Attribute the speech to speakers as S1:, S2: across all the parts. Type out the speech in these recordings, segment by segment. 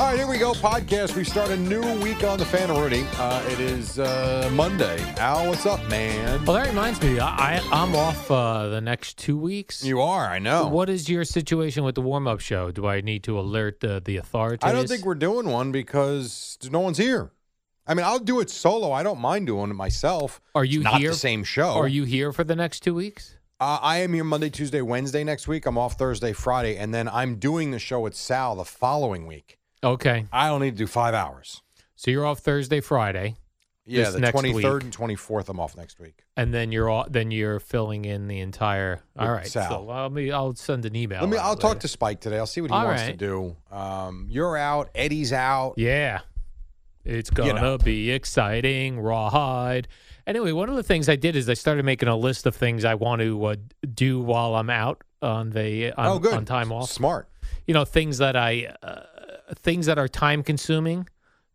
S1: All right, here we go. Podcast. We start a new week on the Fanaroonie. Uh, it is uh, Monday. Al, what's up, man?
S2: Well, that reminds me. I, I I'm off uh, the next two weeks.
S1: You are. I know.
S2: What is your situation with the warm up show? Do I need to alert the the authorities?
S1: I don't think we're doing one because no one's here. I mean, I'll do it solo. I don't mind doing it myself.
S2: Are you
S1: It's not
S2: here?
S1: the same show?
S2: Are you here for the next two weeks?
S1: Uh, I am here Monday, Tuesday, Wednesday next week. I'm off Thursday, Friday, and then I'm doing the show with Sal the following week.
S2: Okay.
S1: I don't need to do five hours.
S2: So you're off Thursday, Friday,
S1: Yeah,
S2: This
S1: the
S2: next
S1: 23rd
S2: week.
S1: and 24th. I'm off next week.
S2: and then you're all, then you're filling in the entire. All
S1: With
S2: right.
S1: Sal.
S2: So I'll be, I'll send an email.
S1: Let me.
S2: out
S1: I'll talk
S2: later.
S1: to Spike today. I'll see what he
S2: All
S1: wants to
S2: right.
S1: do. Um, you're out. Eddie's out.
S2: Yeah. It's gonna
S1: know.
S2: be exciting, rawhide. Anyway, one of the things I did is I started making a list of things I want to uh, do while I'm out on the on,
S1: oh, good.
S2: on time off.
S1: Smart.
S2: You know, things that I uh, things that are time consuming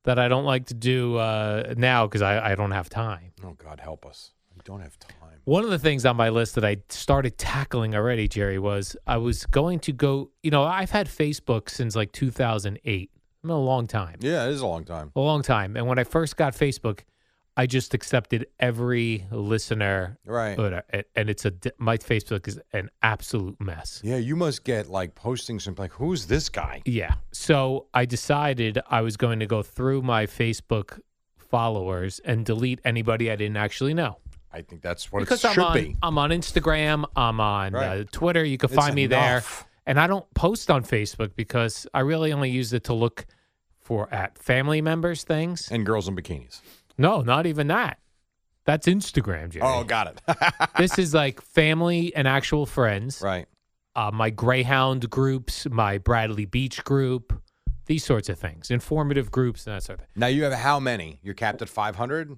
S2: that I don't like to do uh, now because I, I don't have time.
S1: Oh God, help us. We don't have time.
S2: One of the things on my list that I started tackling already, Jerry, was I was going to go. You know, I've had Facebook since like 2008. I mean, a long time
S1: Yeah, it is a long time.
S2: a long time. And when I first got Facebook, I just accepted every listener,
S1: Right.
S2: order. A- and it's a di- my Facebook is an absolute mess.
S1: yeah, you must get like postings from like, who's this guy?
S2: Yeah. So I decided I was going to go through my Facebook followers and delete anybody I didn't actually know.
S1: I think that's what
S2: because
S1: it
S2: I'm
S1: should
S2: on,
S1: be.
S2: I'm on Instagram, I'm on uh,
S1: Right.
S2: Twitter. You can
S1: It's
S2: find me there,
S1: enough.
S2: and I don't post on Facebook because I really only use it to look for at family members things.
S1: And girls in bikinis.
S2: No, not even that. That's Instagram, Jerry.
S1: Oh, got it.
S2: This is like family and actual friends.
S1: right.
S2: Uh, my Greyhound groups, my Bradley Beach group, these sorts of things. Informative groups and that sort of thing.
S1: Now you have how many? You're capped at 500?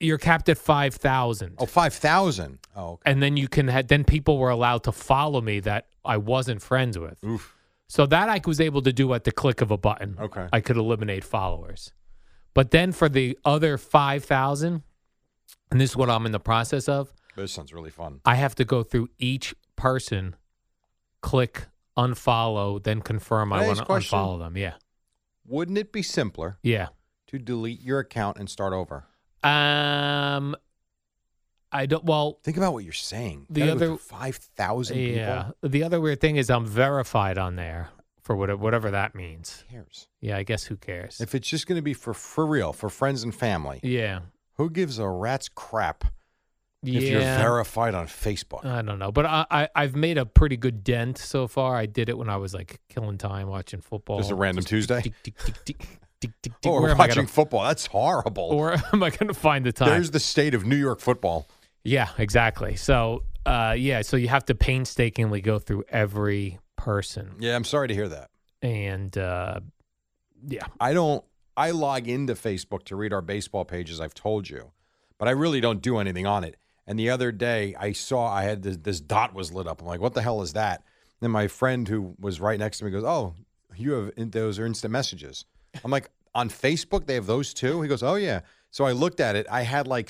S2: You're capped at 5,000.
S1: Oh, 5,000. Oh, okay.
S2: And then you can ha- then people were allowed to follow me that I wasn't friends with.
S1: Oof.
S2: So that I was able to do at the click of a button.
S1: Okay.
S2: I could eliminate followers. But then for the other 5,000, and this is what I'm in the process of,
S1: This sounds really fun.
S2: I have to go through each person, click unfollow, then confirm
S1: Can I
S2: I want
S1: ask
S2: to
S1: a question?
S2: unfollow them. Yeah,
S1: Wouldn't it be simpler
S2: yeah.
S1: to delete your account and start over?
S2: Um, I don't. Well,
S1: Think about what you're saying.
S2: The
S1: Gotta do it
S2: other-
S1: for 5,000 people.
S2: yeah. The other weird thing is I'm verified on there for what, whatever that means.
S1: cares?
S2: Yeah, I guess who cares?
S1: If it's just going to be for for real, for friends and family,
S2: yeah,
S1: who gives a rat's crap
S2: yeah. Oh,
S1: if you're verified on Facebook?
S2: I don't know, but I, I I've made a pretty good dent so far. I did it when I was like killing time watching football.
S1: just a random Tuesday?
S2: Tick, tick, tick, tick, tick, tick, tick.
S1: Or
S2: Where am I
S1: watching
S2: gonna?
S1: football. That's horrible.
S2: Where am I gonna find the time?
S1: There's the state of New York football.
S2: Yeah, exactly. So, uh, yeah, so you have to painstakingly go through every person,
S1: Yeah, I'm sorry to hear that.
S2: and uh, yeah,
S1: I don't. I log into Facebook to read our baseball pages. I've told you, but I really don't do anything on it. And the other day, I saw I had this, this dot was lit up. I'm like, what the hell is that? Then my friend who was right next to me goes, "Oh, you have in- those are instant messages." I'm like, on Facebook they have those too. He goes, "Oh yeah." So I looked at it. I had like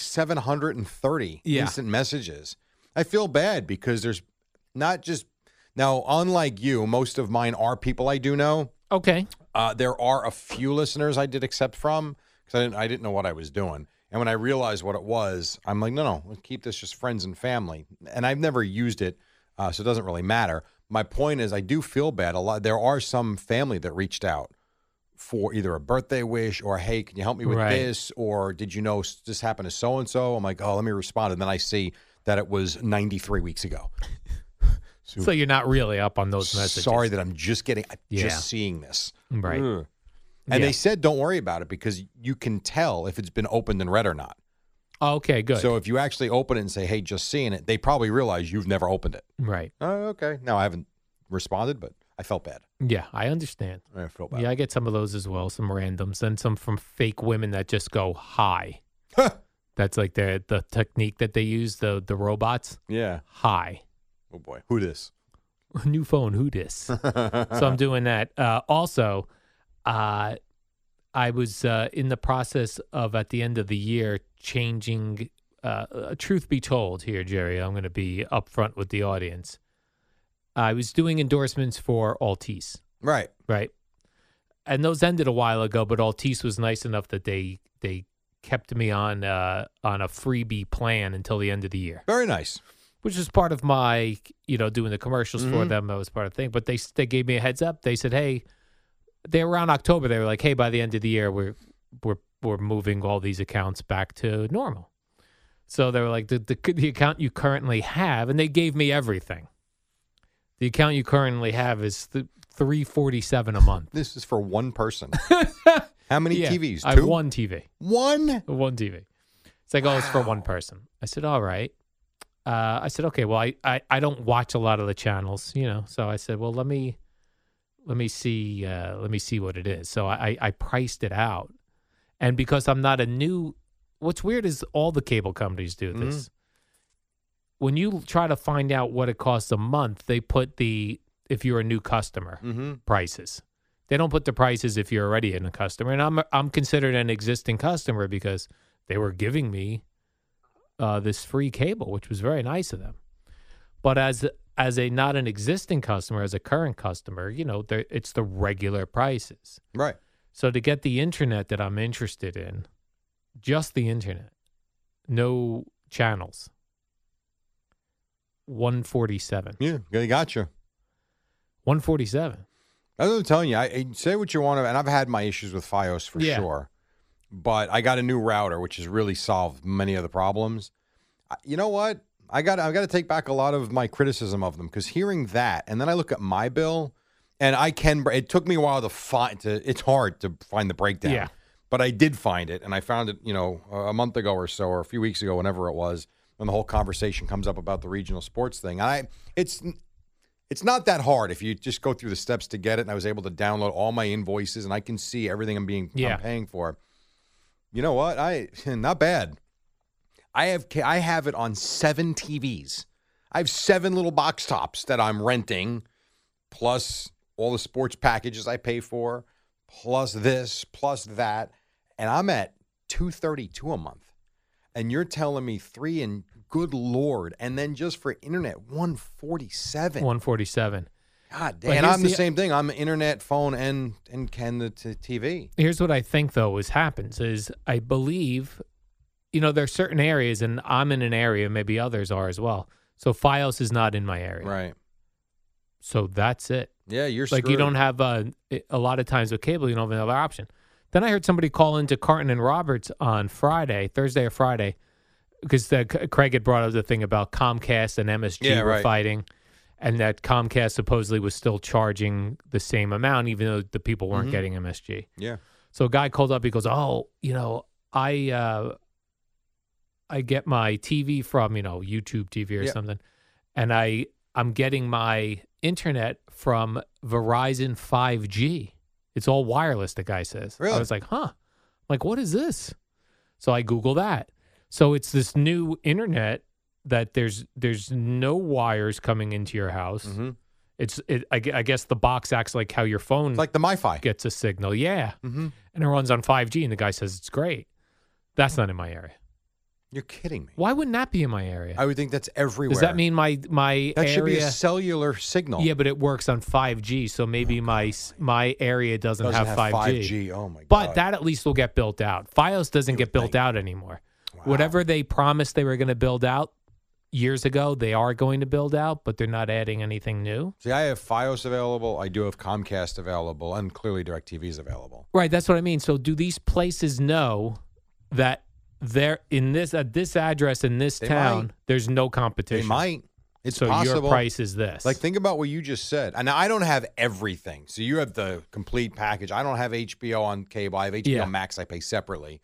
S1: 730
S2: Yeah.
S1: instant messages. I feel bad because there's not just now. Unlike you, most of mine are people I do know.
S2: okay,
S1: Uh, there are a few listeners I did accept from because I didn't, I didn't know what I was doing. And when I realized what it was, I'm like, no, no, let's keep this just friends and family. And I've never used it, uh, so it doesn't really matter. My point is, I do feel bad a lot. There are some family that reached out for either a birthday wish or, hey, can you help me with
S2: Right.
S1: this? Or did you know s- this happened to so and so? I'm like, oh, let me respond. And then I see that it was 93 weeks ago.
S2: so you're not really up on those messages.
S1: Sorry that I'm just getting, I'm
S2: Yeah.
S1: just seeing this.
S2: right?
S1: Ugh. And
S2: Yeah.
S1: they said don't worry about it because you can tell if it's been opened and read or not.
S2: Okay, good.
S1: So if you actually open it and say, "Hey, just seeing it," they probably realize you've never opened it.
S2: right?
S1: Oh, okay. No, I haven't responded, but I felt bad.
S2: Yeah, I understand.
S1: I felt bad.
S2: Yeah, I get some of those as well, some randoms, and some from fake women that just go hi. That's like the the technique that they use the the robots
S1: Yeah.
S2: hi.
S1: Oh boy, who this?
S2: New phone, who dis? so I'm doing that. Uh, also, uh, I was uh, in the process of at the end of the year changing. Uh, uh, truth be told, here, Jerry, I'm going to be upfront with the audience. I was doing endorsements for Altice,
S1: Right.
S2: right? And those ended a while ago, but Altice was nice enough that they they kept me on uh, on a freebie plan until the end of the year
S1: Very nice.
S2: which was part of my, you know, doing the commercials for
S1: Mhm.
S2: them. That was part of the thing. But they they gave me a heads up. They said, hey, they around October. They were like, hey, by the end of the year, we're we're we're moving all these accounts back to normal. So they were like, the the, the account you currently have, and they gave me everything. The account you currently have is th- three forty seven a month.
S1: This is for one person. How many
S2: Yeah,
S1: TVs?
S2: I
S1: Two.
S2: have one TV.
S1: One?
S2: One TV. It's like, oh, it's for one person. I said, all right. Uh, I said, okay, well, I, I, I don't watch a lot of the channels, you know. So I said, well, let me let me see uh, let me see what it is. So I, I I priced it out, and because I'm not a new, what's weird is all the cable companies do
S1: Mhm.
S2: this. When you try to find out what it costs a month, they put the if you're a new customer
S1: Mm-hmm.
S2: prices. They don't put the prices if you're already in a customer, and I'm I'm considered an existing customer because they were giving me uh, this free cable, which was very nice of them. But as as a not an existing customer, as a current customer, you know, they're- it's the regular prices.
S1: Right.
S2: So to get the internet that I'm interested in, just the internet, no channels, one forty seven,
S1: Yeah. They got you.
S2: one forty seven.
S1: That's what I'm telling you. I, I say what you want to, and I've had my issues with FiOS for
S2: Yeah.
S1: sure. But I got a new router, which has really solved many of the problems. I- You know what? I got I've got to take back a lot of my criticism of them because hearing that, and then I look at my bill, and I can. br- It took me a while to find. To, it's hard to find the breakdown.
S2: Yeah.
S1: But I did find it, and I found it. You know, a a month ago or so, or a few weeks ago, whenever it was, when the whole conversation comes up about the regional sports thing. And I, it's it's not that hard if you just go through the steps to get it. And I was able to download all my invoices, and I can see everything I'm being
S2: Yeah.
S1: I'm paying for. You know what? I not bad. I have ca- I have it on seven TVs. I have seven little box tops that I'm renting, plus all the sports packages I pay for, plus this, plus that, and I'm at two thirty two a month. And you're telling me three and good lord, and then just for internet one forty seven.
S2: One forty seven.
S1: God
S2: But
S1: damn. And
S2: here's
S1: I'm the,
S2: the-
S1: same thing. I'm internet, phone, and and can the t- TV.
S2: here's what I think though is happens is I believe, you know, there are certain areas, and I'm in an area, maybe others are as well. So FiOS is not in my area,
S1: Right.
S2: so that's it.
S1: Yeah, you're
S2: like you don't have uh, a lot of times with cable, you don't have another option. Then I heard somebody call into Carton and Roberts on Friday, Thursday or Friday, because Craig had brought up the thing about Comcast and MSG
S1: Yeah,
S2: were
S1: right.
S2: fighting, and that Comcast supposedly was still charging the same amount, even though the people weren't
S1: Mhm.
S2: getting MSG.
S1: Yeah.
S2: So a guy called up. He goes, "Oh, you know, I uh, I get my TV from you know YouTube TV or
S1: Yeah.
S2: something, and I I'm getting my internet from Verizon 5G. It's all wireless. The guy says.
S1: Really?
S2: I was like, huh? Like what is this? So I Google that. So it's this new internet that there's there's no wires coming into your house.
S1: Mhm.
S2: It's it, I, gue- I guess the box acts like how your phone
S1: It's like the MiFi.
S2: gets a signal. Yeah,
S1: Mhm.
S2: and it runs on 5G, and the guy says it's great. That's not in my area.
S1: You're kidding me.
S2: Why wouldn't that be in my area?
S1: I would think that's everywhere.
S2: Does that mean my my
S1: that
S2: area?
S1: should be a cellular signal? Oh,
S2: Yeah, but it works on 5G, so maybe my s- my area doesn't,
S1: doesn't have
S2: 5G.
S1: 5G. Oh my
S2: But
S1: god.
S2: that at least will get built out. Fios doesn't get built out anymore. Whatever they promised they were going to build out years ago, they are going to build out, but they're not adding anything new.
S1: See, I have FiOS available. I do have Comcast available, and clearly DirecTV is available.
S2: Right, that's what I mean. So do these places know that they're in this at this address in this
S1: They
S2: town
S1: might.
S2: there's no
S1: They
S2: competition?
S1: might. It's
S2: so
S1: possible.
S2: your price is this.
S1: Like think about what you just said. And I don't have everything. So you have the complete package. I don't have HBO on cable. I have HBO
S2: Yeah.
S1: Max. I pay separately.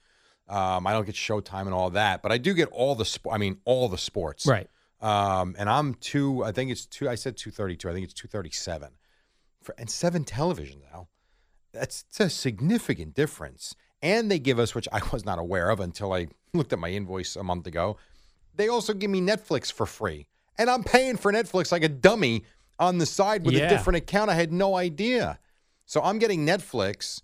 S1: Um, I don't get Showtime and all that, but I do get all the. Sp- I mean, all the sports.
S2: right.
S1: Um, and I'm two. I think it's two. I said two thirty two. I think it's two thirty seven. For and seven television now. That's it's a significant difference. And they give us, which I was not aware of until I looked at my invoice a month ago. They also give me Netflix for free, and I'm paying for Netflix like a dummy on the side with a
S2: Yeah.
S1: different account. I had no idea. So I'm getting Netflix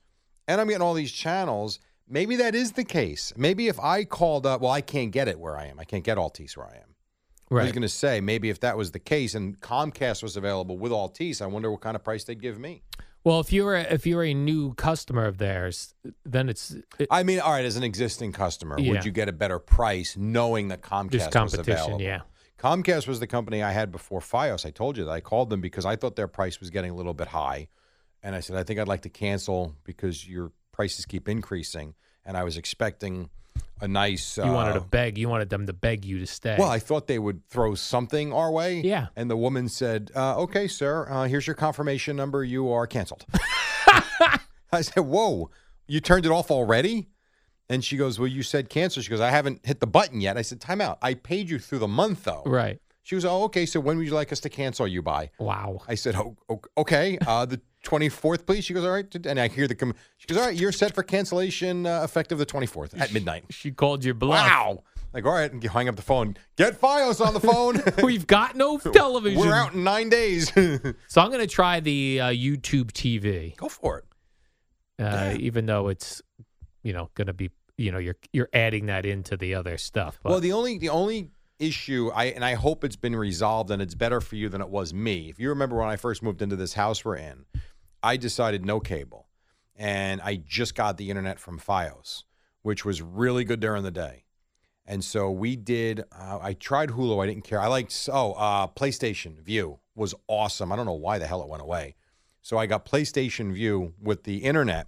S1: and I'm getting all these channels. Maybe that is the case. Maybe if I called up, well, I can't get it where I am. I can't get Altice where I am. I was
S2: Right.
S1: going to say maybe if that was the case and Comcast was available with Altice, I wonder what kind of price they'd give me.
S2: Well, if you're a, if you're a new customer of theirs, then it's it,
S1: I mean, all right, as an existing customer,
S2: Yeah.
S1: would you get a better price knowing that Comcast
S2: just
S1: was
S2: competition.
S1: available?
S2: Yeah.
S1: Comcast was the company I had before FiOS. I told you that I called them because I thought their price was getting a little bit high, and I said I think I'd like to cancel because your prices keep increasing, and I was expecting a nice.
S2: You wanted to
S1: uh,
S2: beg. You wanted them to beg you to stay.
S1: Well, I thought they would throw something our way.
S2: Yeah.
S1: And the woman said, uh, "Okay, sir, uh, here's your confirmation number. You are canceled." I said, "Whoa, you turned it off already?" And she goes, "Well, you said cancel." She goes, "I haven't hit the button yet." I said, "Time out. I paid you through the month, though."
S2: right.
S1: She was, "Oh, okay. So when would you like us to cancel you by?"
S2: Wow.
S1: I said, "Oh, o- okay. Uh, the 24th, please." She goes, "All right." And I hear the com- she goes, "All right, you're set for cancellation uh, effective the 24th at midnight."
S2: She called your bluff.
S1: Wow. Like, all right, and you hang up the phone. Get FiOS on the phone.
S2: We've got no television.
S1: We're out in nine days. Go
S2: So I'm going to try the uh, YouTube TV,
S1: for it.
S2: uh, even though it's, you know, going to be, you know, you're you're adding that into the other stuff. But,
S1: Well, the only the only issue I and I hope it's been resolved and it's better for you than it was me. If you remember when I first moved into this house we're in, I decided no cable. And I just got the internet from FiOS, which was really good during the day. And so we did. Uh, I tried Hulu. I didn't care. I liked oh uh, PlayStation View was awesome. I don't know why the hell it went away. So I got PlayStation View with the internet,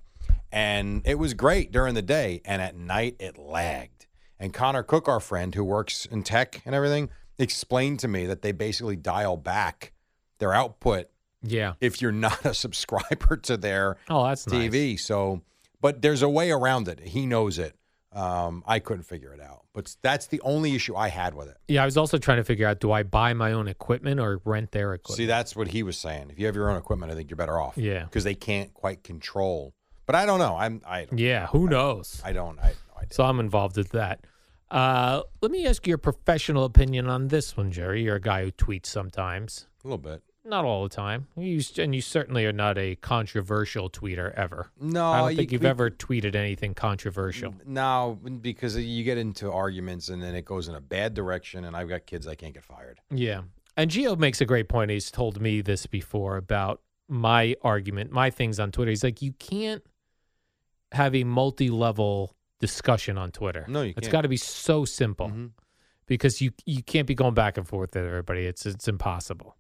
S1: and it was great during the day. And at night it lagged. And Connor Cook, our friend who works in tech and everything, explained to me that they basically dial back their output
S2: yeah.
S1: if you're not a subscriber to their
S2: Oh, that's nice.
S1: TV. So, but there's a way around it. He knows it. Um, I couldn't figure it out, but that's the only issue I had with it.
S2: Yeah, I was also trying to figure out: do I buy my own equipment or rent their
S1: See,
S2: equipment?
S1: that's what he was saying. If you have your own equipment, I think you're better off.
S2: Yeah.
S1: because they can't quite control. But I don't know. I'm. I don't.
S2: yeah. Who knows?
S1: I don't. I have no idea.
S2: So I'm involved with that. Uh, let me ask your professional opinion on this one, Jerry. You're a guy who tweets sometimes,
S1: A little bit.
S2: not all the time. You, s- and you certainly are not a controversial tweeter ever.
S1: No,
S2: I don't think
S1: you,
S2: you've ever tweeted anything controversial.
S1: No, because you get into arguments and then it goes in a bad direction. And I've got kids. I can't get fired.
S2: Yeah. And Gio makes a great point. He's told me this before about my argument, my things on Twitter. He's like, you can't have a multi level discussion on Twitter.
S1: No, you
S2: It's
S1: can't. Mm-hmm.
S2: got to be so simple because you, you can't be going back and forth with everybody. It's, it's impossible.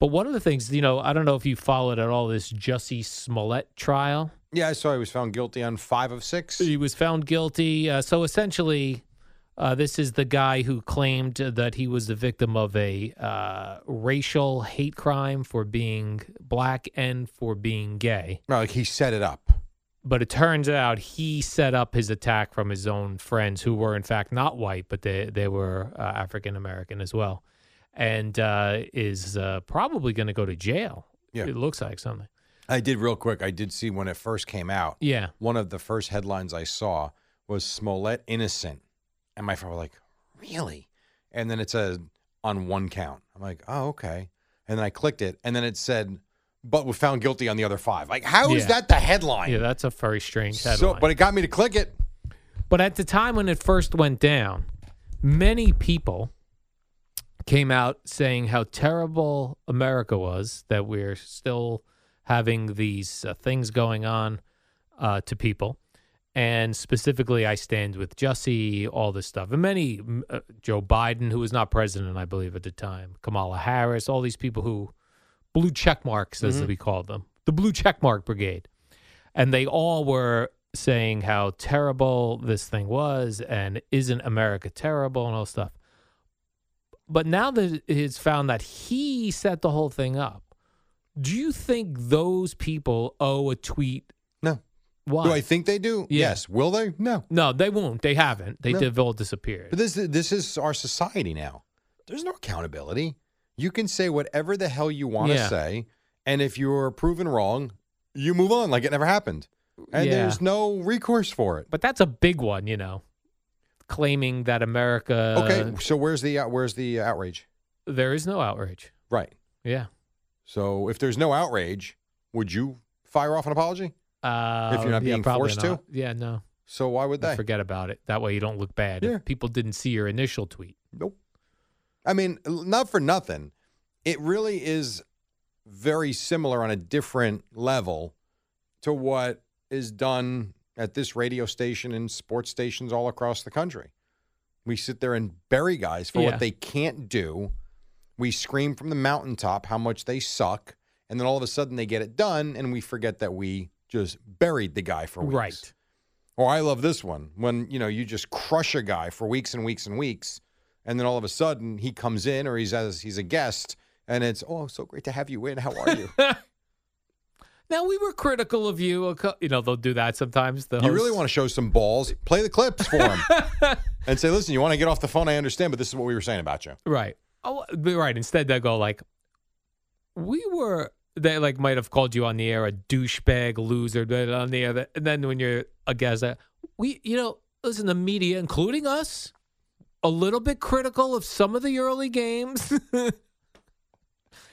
S2: But one of the things, you know, I don't know if you followed at all this Jussie Smollett trial.
S1: Yeah, I saw he was found guilty on five of six.
S2: He was found guilty. Uh, so essentially, uh, this is the guy who claimed that he was the victim of a uh, racial hate crime for being black and for being gay.
S1: No, like he set it up.
S2: But it turns out he set up his attack from his own friends who were, in fact, not white, but they, they were uh, African American as well, and uh, is uh, probably going to go to jail.
S1: Yeah.
S2: It looks like something.
S1: I did real quick. I did see when it first came out.
S2: Yeah.
S1: One of the first headlines I saw was Smollett innocent, and my friend was like, "Really?" And then it said on one count. I'm like, "Oh, okay." And then I clicked it, and then it said, "But was found guilty on the other five. Like, how is
S2: Yeah.
S1: that the headline?
S2: Yeah, that's a very strange headline.
S1: so, but it got me to click it.
S2: But at the time when it first went down, many people came out saying how terrible America was, that we're still having these uh, things going on uh, to people. And specifically, I stand with Jussie, all this stuff. And many, mm, uh, Joe Biden, who was not president, I believe, at the time, Kamala Harris, all these people who, blue check marks, as we called them, the blue check mark brigade and they all were saying how terrible this thing was and isn't America terrible and all stuff. But now that it's found that he set the whole thing up, do you think those people owe a tweet?
S1: No.
S2: Why?
S1: Do I think they do?
S2: Yeah.
S1: Yes. Will they? No.
S2: no, they won't. They haven't. They
S1: No.
S2: have all disappeared.
S1: But this this is our society now. There's no accountability. You can say whatever the hell you want to
S2: Yeah.
S1: say, and if you're proven wrong, you move on like it never happened. And
S2: Yeah.
S1: there's no recourse for it.
S2: but that's a big one, you know, claiming that America.
S1: okay, so where's the uh, where's the outrage?
S2: There is no outrage.
S1: Right.
S2: Yeah.
S1: So if there's no outrage, would you fire off an apology?
S2: Uh,
S1: you're not
S2: yeah,
S1: being
S2: probably
S1: forced to?
S2: not. Yeah, no.
S1: So why would they?
S2: Forget about it. That way you don't look bad.
S1: Yeah.
S2: If people didn't see your initial tweet.
S1: Nope. I mean, l- not for nothing. It really is very similar on a different level to what is done at this radio station and sports stations all across the country. We sit there and bury guys for
S2: Yeah.
S1: what they can't do. We scream from the mountaintop how much they suck, and then all of a sudden they get it done, and we forget that we just buried the guy for weeks.
S2: Right.
S1: Or Oh, I love this one when you know you just crush a guy for weeks and weeks and weeks, and then all of a sudden he comes in or he's as he's a guest, and it's oh so great to have you in. How are you?
S2: Now we were critical of you. a cou- You know they'll do that sometimes. The
S1: you really
S2: hosts.
S1: want to show some balls? Play the clips for him and say, listen, you want to get off the phone? I understand, but this is what we were saying about you.
S2: right? Oh, but right. Instead they go like, we were. They like might have called you on the air a douchebag loser but on the air. And then when you're a guest, uh, we you know listen the media, including us, a little bit critical of some of the early games.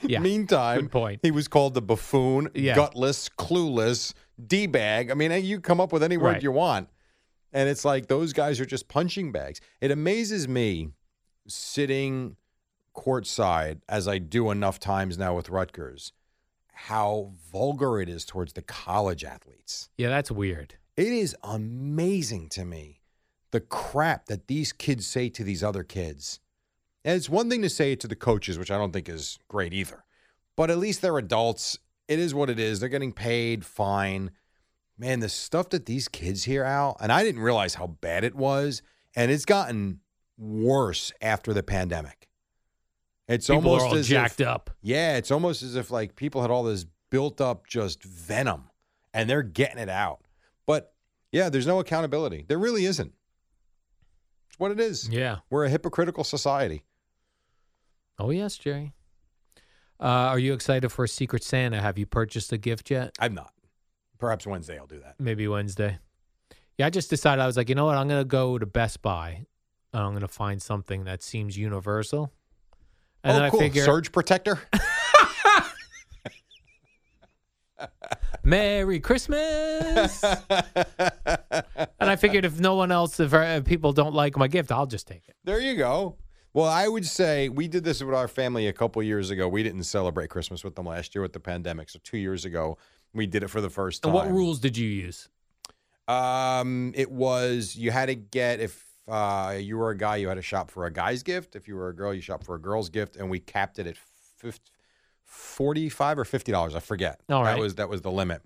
S2: yeah.
S1: Meantime,
S2: good point.
S1: he was called the buffoon,
S2: Yeah.
S1: gutless, clueless, d bag. I mean, you come up with any word
S2: Right.
S1: you want, and it's like those guys are just punching bags. It amazes me sitting courtside as I do enough times now with Rutgers, how vulgar it is towards the college athletes.
S2: yeah, that's weird.
S1: It is amazing to me the crap that these kids say to these other kids. And it's one thing to say it to the coaches, which I don't think is great either, but at least they're adults. It is what it is. They're getting paid fine. Man, the stuff that these kids hear out, and I didn't realize how bad it was. And it's gotten worse after the pandemic. It's
S2: People
S1: almost
S2: are all
S1: as if-
S2: jacked up.
S1: yeah, it's almost as if like people had all this built up just venom and they're getting it out. But yeah, there's no accountability. There really isn't. It's what it is.
S2: Yeah.
S1: We're a hypocritical society.
S2: Oh yes, Jerry. Uh, are you excited for Secret Santa? Have you purchased a gift yet?
S1: I'm not. Perhaps Wednesday I'll do that.
S2: Maybe Wednesday. Yeah, I just decided I was like, you know what? I'm gonna go to Best Buy. and I'm gonna find something that seems universal. And then
S1: oh,
S2: I
S1: cool.
S2: figure,
S1: Surge protector.
S2: Merry Christmas. and I figured if no one else, if, uh, people don't like my gift, I'll just take it.
S1: there you go. Well, I would say we did this with our family a couple years ago. We didn't celebrate Christmas with them last year with the pandemic. So two years ago, we did it for the first time.
S2: And what rules did you use?
S1: Um, it was you had to get if uh, you were a guy, you had to shop for a guy's gift. If you were a girl, you shop for a girl's gift, and we capped it at 50, 45 or fifty dollars. I forget.
S2: All
S1: That
S2: right.
S1: was that was the limit.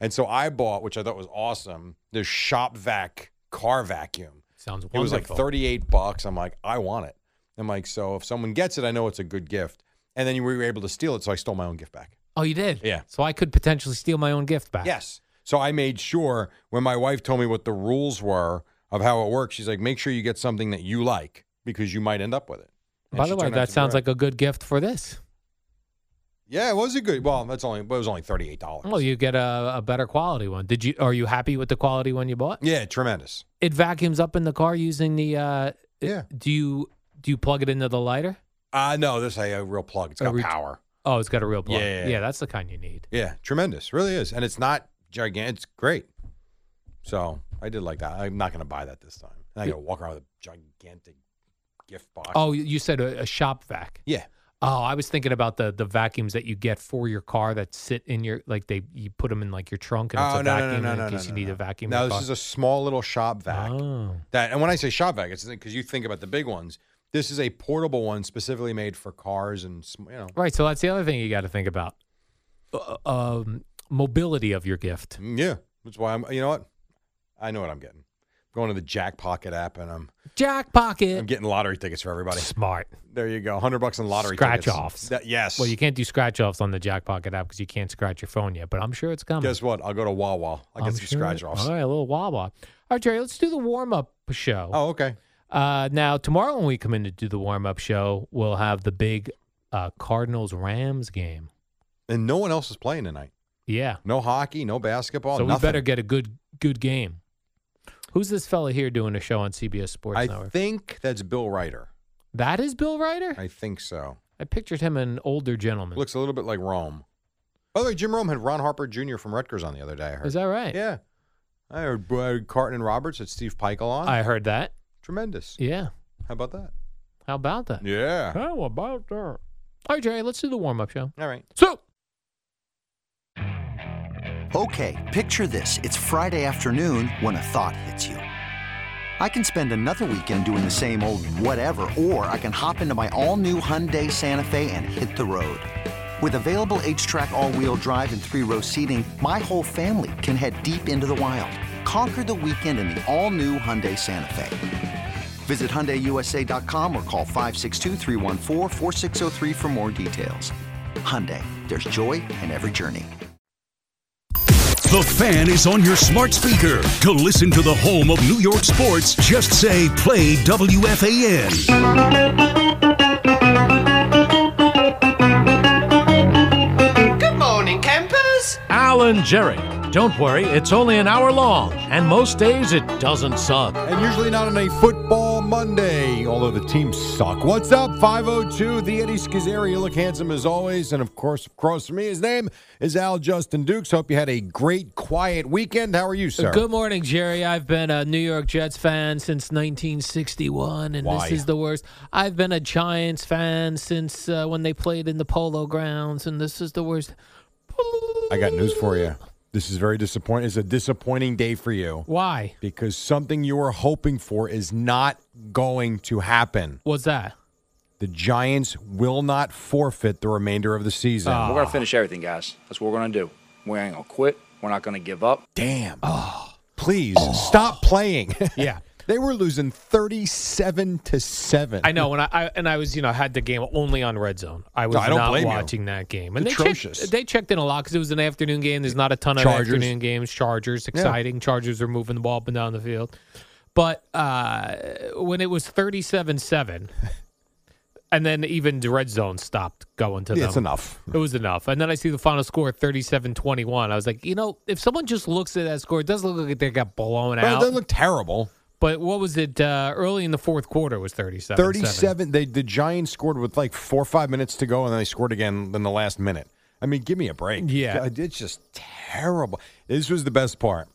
S1: And so I bought, which I thought was awesome, the shop vac car vacuum.
S2: Sounds
S1: It
S2: wonderful.
S1: was like 38 bucks. I'm like, I want it. I'm like, so if someone gets it, I know it's a good gift. And then we were able to steal it, so I stole my own gift back.
S2: Oh, you did.
S1: Yeah.
S2: So I could potentially steal my own gift back.
S1: Yes. So I made sure when my wife told me what the rules were of how it works, she's like, make sure you get something that you like because you might end up with it. And
S2: By
S1: she
S2: the way,
S1: turned out
S2: that
S1: to be
S2: sounds
S1: right.
S2: like a good gift for this.
S1: yeah, it was a good. Well, that's only it was only thirty eight dollars.
S2: Well, you get a, a better quality one. Did you? Are you happy with the quality one you bought?
S1: yeah, tremendous.
S2: It vacuums up in the car using the. Uh,
S1: Yeah.
S2: Do you do you plug it into the lighter?
S1: Uh no, this I a real plug. It's
S2: A
S1: got
S2: re-
S1: power.
S2: Oh, it's got a real plug.
S1: Yeah.
S2: that's the kind you need.
S1: Yeah, tremendous. Really is, and it's not gigantic. It's great. So I did like that. I'm not going to buy that this time. And I got to walk around with a gigantic gift box.
S2: Oh, you- you said a, a shop vac.
S1: yeah,
S2: Oh, I was thinking about the the vacuums that you get for your car that sit in your like they you put them in like your trunk and
S1: Oh,
S2: it's a vacuum in case you need a vacuum.
S1: No, this is a small little shop vac.
S2: Oh.
S1: That, and when I say shop vac, it's because you think about the big ones. This is a portable one specifically made for cars and sm- you know.
S2: Right. So that's the other thing you got to think about. Uh, um, mobility of your gift.
S1: Yeah, that's why I'm. You know what? I know what I'm getting. I'm going to the Jack Pocket app and I'm
S2: Jack
S1: I'm
S2: pocket.
S1: getting lottery tickets for everybody.
S2: Smart.
S1: There you go, hundred bucks in lottery
S2: Scratch
S1: tickets.
S2: offs.
S1: That- yes.
S2: Well, you can't do scratch offs on the Jack Pocket app because you can't scratch your phone yet, but I'm sure it's coming.
S1: Guess what? I'll go to Wawa. I'll get
S2: I'm
S1: some
S2: sure-
S1: scratch offs.
S2: All right, a little Wawa. All right, Jerry, let's do the warm up show.
S1: Oh, okay.
S2: Uh, now, tomorrow when we come in to do the warm up show, we'll have the big uh, Cardinals Rams game.
S1: And no one else is playing tonight.
S2: Yeah.
S1: No hockey, no basketball.
S2: so we
S1: nothing.
S2: better get a good good game. Who's this fella here doing a show on CBS Sports
S1: I
S2: Network?
S1: think that's Bill Ryder.
S2: that is Bill Ryder? I,
S1: I think so.
S2: pictured him an older gentleman.
S1: Looks a little bit like Rome. By the way, Jim Rome had Ron Harper Jr. from Rutgers on the other day. I heard.
S2: is that right?
S1: Yeah. I heard, I heard Carton and Roberts at Steve Peichel on.
S2: I heard that.
S1: Tremendous.
S2: Yeah.
S1: How about that?
S2: How about that?
S1: Yeah.
S2: How about that? All right, Jerry, let's do the warm up show.
S1: All right.
S2: So,
S3: Okay, picture this. It's Friday afternoon when a thought hits you. I can spend another weekend doing the same old whatever, or I can hop into my all new Hyundai Santa Fe and hit the road. With available H track, all wheel drive, and three row seating, my whole family can head deep into the wild. Conquer the weekend in the all new Hyundai Santa Fe. Visit HyundaiUSA.com or call 562-314-4603 for more details. Hyundai, there's joy in every journey.
S4: The fan is on your smart speaker. To listen to the home of New York sports, just say play WFAN.
S5: Alan Jerry. Don't worry, it's only an hour long, and most days it doesn't suck.
S1: And usually not on a football Monday, although the teams suck. What's up, 502? The Eddie Schizzeri. You look handsome as always. And of course, across from me, his name is Al Justin Dukes. Hope you had a great, quiet weekend. How are you, sir?
S2: Good morning, Jerry. I've been a New York Jets fan since 1961, and
S1: Why?
S2: this is the worst. I've been a Giants fan since uh, when they played in the Polo Grounds, and this is the worst.
S1: I got news for you. This is very disappointing. It's a disappointing day for you
S2: Why?
S1: because something you were hoping for is not going to happen.
S2: What's that?
S1: The Giants will not forfeit the remainder of the season.
S6: We're
S2: Ah.
S6: going to finish everything, guys. That's what we're going to do. We ain't going to quit. We're not going to give up.
S1: Damn. Please stop playing.
S2: Ah. Yeah.
S1: They were losing 37 to 7.
S2: I know, and I, I and I was, you know, had the game only on Red Zone. I was
S1: No, I don't
S2: not
S1: blame you.
S2: watching that game. And they
S1: Atrocious.
S2: checked, they checked in a lot because it was an afternoon game. There's not a ton of
S1: Chargers.
S2: afternoon games. Chargers, exciting. Chargers are moving the ball up and down the field. But uh, when it was 37-7, and then even the Red Zone stopped going to
S1: It's
S2: them.
S1: enough.
S2: It was enough. And then I see the final score 37-21. I was like, you know, if someone just looks at that score, it does look like they got blown
S1: Well, it
S2: out.
S1: doesn't look terrible.
S2: but what was it uh, early in the fourth quarter was 37
S1: 37. They, the Giants scored with like four or five minutes to go, and then they scored again in the last minute. I mean, give me a break.
S2: Yeah.
S1: God, it's just terrible. This was the best part.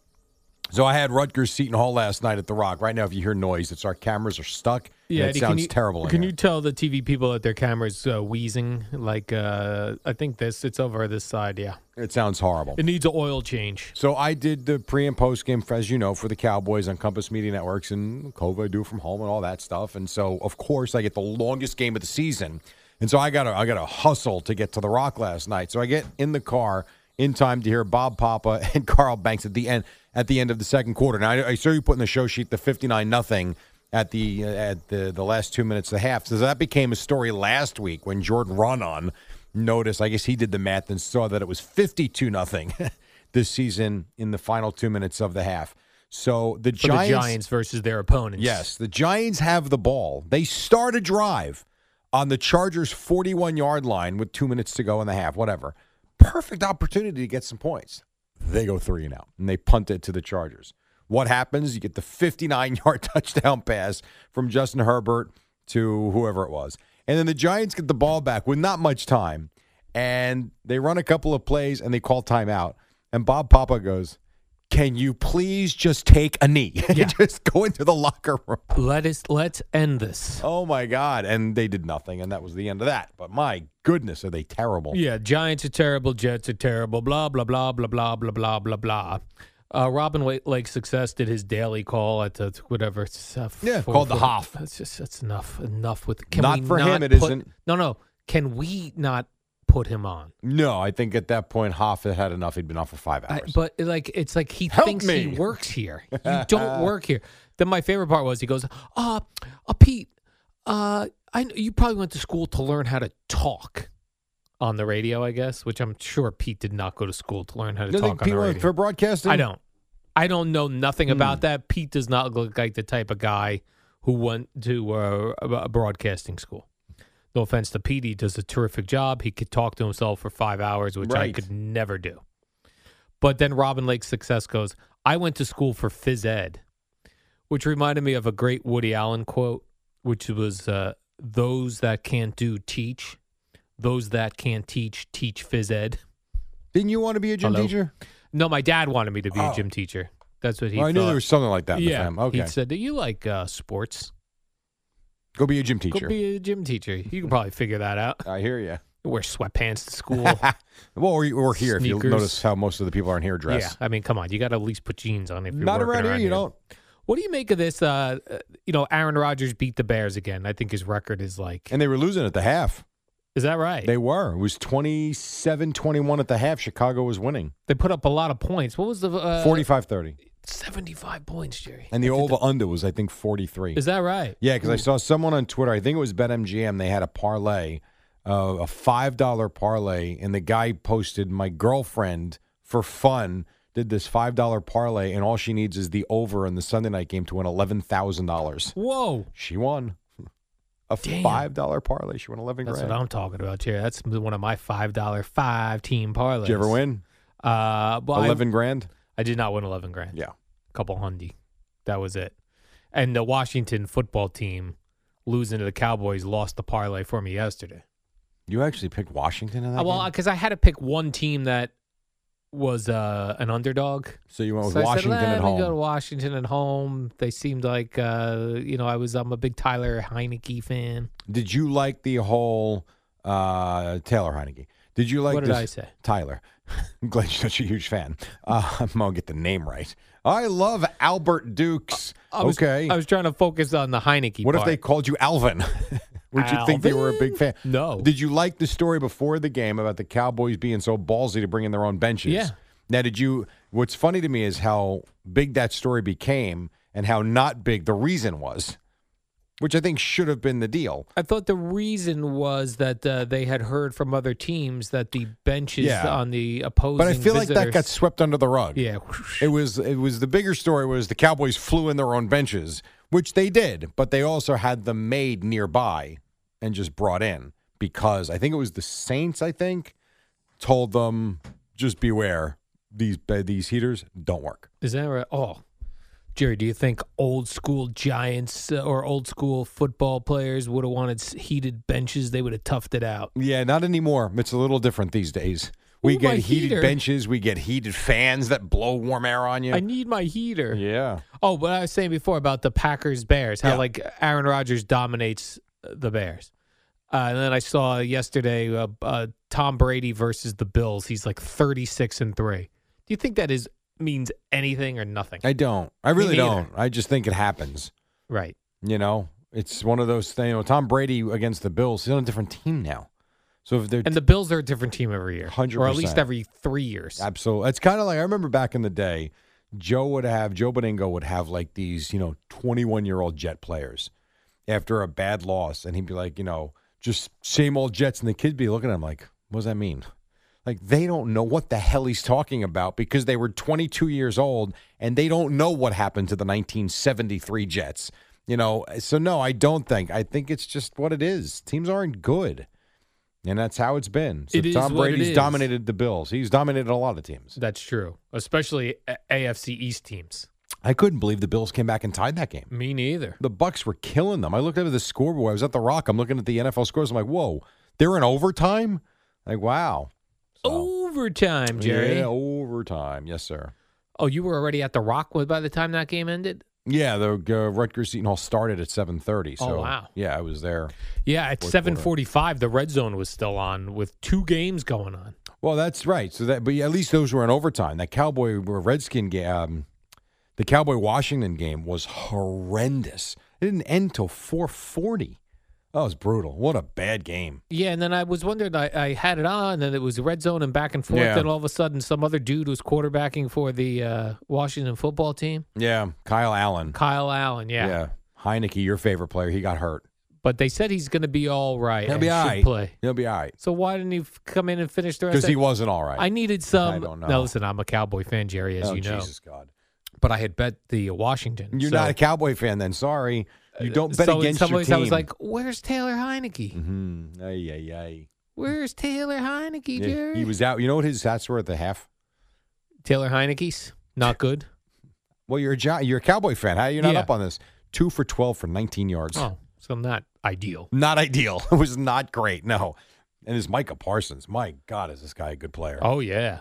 S1: So I had Rutgers Seton Hall last night at the Rock. Right now, if you hear noise, it's our cameras are stuck. and
S2: Yeah,
S1: it
S2: Eddie,
S1: sounds
S2: can you,
S1: terrible. in
S2: Can
S1: here.
S2: you tell the TV people that their cameras uh, wheezing? Like, uh, I think this it's over this side. Yeah,
S1: It sounds horrible.
S2: it needs an oil change.
S1: So I did the pre and post game, as you know, for the Cowboys on Compass Media Networks and COVID, I do it from home and all that stuff. And so, of course, I get the longest game of the season. And so I got to I got to hustle to get to the Rock last night. So I get in the car in time to hear Bob Papa and Carl Banks at the end at the end of the second quarter. Now I, I saw you put in the show sheet the fifty nine nothing at the uh, at the the last two minutes of the half. So that became a story last week when Jordan Ronan noticed. I guess he did the math and saw that it was fifty two nothing. this season in the final two minutes of the half. So the
S2: For
S1: Giants,
S2: the Giants versus their opponents.
S1: yes, the Giants have the ball. They start a drive on the Chargers' 41 yard line with two minutes to go in the half, whatever. Perfect opportunity to get some points. They go three and out, and they punt it to the Chargers. What happens? You get the 59 yard touchdown pass from Justin Herbert to whoever it was. And then the Giants get the ball back with not much time, and they run a couple of plays and they call timeout. And Bob Papa goes, Can you please just take a knee?
S2: Yeah.
S1: just go into the locker room.
S2: Let us let's end this.
S1: Oh my God. And they did nothing, and that was the end of that. But my goodness, are they terrible?
S2: Yeah, Giants are terrible, Jets are terrible, blah, blah, blah, blah, blah, blah, blah, blah, blah. Uh, Robin Wa- Lake's success did his daily call at the whatever. it's, uh,
S1: Yeah,
S2: four-
S1: called the
S2: four-
S1: Hoff.
S2: That's just that's enough. Enough with can
S1: Not
S2: we
S1: for him,
S2: not
S1: it
S2: put-
S1: isn't.
S2: No, no. Can we not put him on?
S1: No, I think at that point Hoff had had enough. He'd been off for five
S2: I,
S1: hours.
S2: but like it's like he
S1: Help
S2: thinks he
S1: me.
S2: works here. You don't work here. Then my favorite part was he goes, "Uh, uh Pete, uh, I kn- you probably went to school to learn how to talk." On the radio, I guess, which I'm sure Pete did not go to school to learn how to
S1: You think
S2: talk on the
S1: people
S2: radio.
S1: for broadcasting?
S2: I don't. I don't know nothing about that. Pete does not look like the type of guy who went to uh, a a broadcasting school. No offense to Pete, he does a terrific job. He could talk to himself for five hours, which I
S1: Right.
S2: could never do. But then Robin Lake's success goes, I went to school for phys ed, which reminded me of a great Woody Allen quote, which was uh, Those that can't do, teach. Those that can't teach, teach phys ed.
S1: Didn't you want to be a gym
S2: Hello?
S1: teacher?
S2: No, my dad wanted me to be
S1: Oh.
S2: a gym teacher. That's what he.
S1: Oh, I knew
S2: thought.
S1: there was something like that in the
S2: yeah,
S1: family. Okay.
S2: he said, "Do you like uh, sports?
S1: Go be a gym teacher. Uh,
S2: Go be a gym teacher. You can probably figure that out.
S1: I hear you.
S2: Wear sweatpants to school.
S1: Well, or, or here, if you
S2: Sneakers.
S1: notice how most of the people aren't here
S2: yeah,
S1: dressed.
S2: I mean, come on, you got to at least put jeans on if you're
S1: Not
S2: working
S1: around here, you don't.
S2: What do you make of this? Uh, uh, you know, Aaron Rodgers beat the Bears again. I think his record is like,
S1: And they were losing at the half.
S2: is that right?
S1: They were. It was 27 21 at the half. Chicago was winning
S2: They put up a lot of points. What was the uh,
S1: 45 30.
S2: Seventy-five points, Jerry.
S1: And the over under was, I think, 43.
S2: Is Hmm. that right?
S1: Yeah, because I saw someone on Twitter. I think it was BetMGM. They had a parlay, uh, a five dollar parlay, and the guy posted, "My girlfriend for fun did this five dollar parlay, and all she needs is the over in the Sunday night game to win eleven thousand dollars."
S2: Whoa.
S1: She won a
S2: Damn.
S1: five dollar parlay. She won eleven
S2: That's
S1: grand.
S2: what I'm talking about, Jerry. That's one of my five dollar five team parlays.
S1: did you ever win
S2: Uh, well, I-
S1: eleven grand?
S2: I did not win eleven grand.
S1: Yeah.
S2: couple hundy. That was it. And the Washington football team losing to the Cowboys lost the parlay for me yesterday.
S1: You actually picked Washington in that
S2: Well,
S1: game?
S2: because I had to pick one team that was uh, an underdog.
S1: so you went with
S2: So I said,
S1: Oh, Washington
S2: "Let
S1: at
S2: me go to
S1: home.
S2: Washington at home. They seemed like, uh, you know, I was. I'm a big Tyler Heineke fan.
S1: Did you like the whole uh, Taylor Heineke? Did you like
S2: What did
S1: this?
S2: I say?
S1: Tyler. I'm glad you're such a huge fan. Uh, I'm gonna get the name right. I love Albert Dukes.
S2: I was,
S1: okay.
S2: I was trying to focus on the Heineke.
S1: what if
S2: part.
S1: they called you Alvin? Would you think they were a big fan?
S2: Alvin? No.
S1: Did you like the story before the game about the Cowboys being so ballsy to bring in their own benches?
S2: Yeah.
S1: Now, did you? What's funny to me is how big that story became and how not big the reason was, which I think should have been the deal.
S2: I thought the reason was that uh, they had heard from other teams that the benches
S1: Yeah.
S2: on the opposing.
S1: But I feel like that
S2: visitors-
S1: got swept under the rug.
S2: Yeah.
S1: It was it was the bigger story was the Cowboys flew in their own benches, which they did, but they also had them made nearby and just brought in because I think it was the Saints. I think told them just beware these be- these heaters don't work.
S2: Is that right? Oh, Jerry, do you think old school Giants uh, or old school football players would have wanted s- heated benches? They would have toughed it out.
S1: Yeah, not anymore. It's a little different these days. We
S2: Ooh, my
S1: get heated
S2: heater.
S1: benches, we get heated fans that blow warm air on you.
S2: I need my heater.
S1: yeah.
S2: Oh, but I was saying before about the Packers Bears, how
S1: Yeah.
S2: like Aaron Rodgers dominates the Bears. Uh, and then I saw yesterday uh, uh, Tom Brady versus the Bills. He's like 36 and 3. Do you think that is means anything or nothing?
S1: I don't. I really
S2: neither.
S1: don't. I just think it happens.
S2: right.
S1: You know, it's one of those things. You know, Tom Brady against the Bills, he's on a different team now. So if they're
S2: And the Bills are a different team every year. Or at
S1: 100%.
S2: least every 3 years.
S1: absolutely, it's kind of like I remember back in the day, Joe would have Joe Beningo would have like these, you know, twenty-one year old Jet players after a bad loss, and he'd be like, you know, just same old Jets, and the kids be looking at him like, what does that mean? Like they don't know what the hell he's talking about because they were 22 years old and they don't know what happened to the 1973 Jets. You know, so no, I don't think. I think it's just what it is. Teams aren't good. And that's how it's been. So
S2: It is
S1: Tom
S2: what it
S1: Brady's
S2: is.
S1: dominated the Bills. He's dominated a lot of teams.
S2: That's true, especially A- AFC East teams.
S1: I couldn't believe the Bills came back and tied that game.
S2: Me neither.
S1: The Bucks were killing them. I looked up at the scoreboard. I was at the Rock. I'm looking at the NFL scores. I'm like, whoa, they're in overtime. Like, wow. So-
S2: Overtime, Jerry.
S1: Yeah, overtime. Yes, sir.
S2: Oh, you were already at the Rock by the time that game ended.
S1: Yeah, the uh, Rutgers Seton Hall started at 7:30.
S2: Oh,
S1: So
S2: wow.
S1: Yeah, I was there.
S2: Yeah, at
S1: Fourth quarter.
S2: seven forty-five, the red zone was still on with two games going on.
S1: Well, that's right. So that, but at least those were in overtime. That Cowboy uh, Redskin game, um, the Cowboy Washington game was horrendous. It didn't end till 4:40. That was brutal. What a bad game.
S2: Yeah, and then I was wondering, I, I had it on, and it was red zone and back and forth,
S1: Yeah.
S2: and all of a sudden, some other dude was quarterbacking for the uh, Washington football team,
S1: Yeah, Kyle Allen.
S2: Kyle Allen. Yeah,
S1: Heineke, your favorite player, he got hurt.
S2: but they said he's going to be all right.
S1: He'll
S2: and
S1: be
S2: should
S1: all right.
S2: Play.
S1: He'll be all right
S2: So why didn't he f- come in and finish the rest?
S1: because
S2: of-
S1: he wasn't all right.
S2: I needed some.
S1: don't know.
S2: Now listen, I'm a Cowboy fan, Jerry, as
S1: oh,
S2: you know,
S1: Jesus God.
S2: but I had bet the Washington.
S1: You're
S2: so- Uh,
S1: not a Cowboy fan, then. Sorry, you don't bet
S2: so
S1: against
S2: in some
S1: your
S2: ways,
S1: team.
S2: I was like, "Where's Taylor Heineke?
S1: mm-hmm. ay, ay, ay.
S2: Where's Taylor Heineke,
S1: Yeah,
S2: Jerry?"
S1: he was out. You know what his stats were at the half?
S2: Taylor Heineke's not good.
S1: Well, you're a Gi- you're a Cowboy fan. How are you not
S2: Yeah.
S1: up on this? Two for twelve for 19 yards.
S2: Oh, so not ideal.
S1: Not ideal. It was not great. No. And his Micah Parsons. My God, is this guy a good player?
S2: Oh yeah,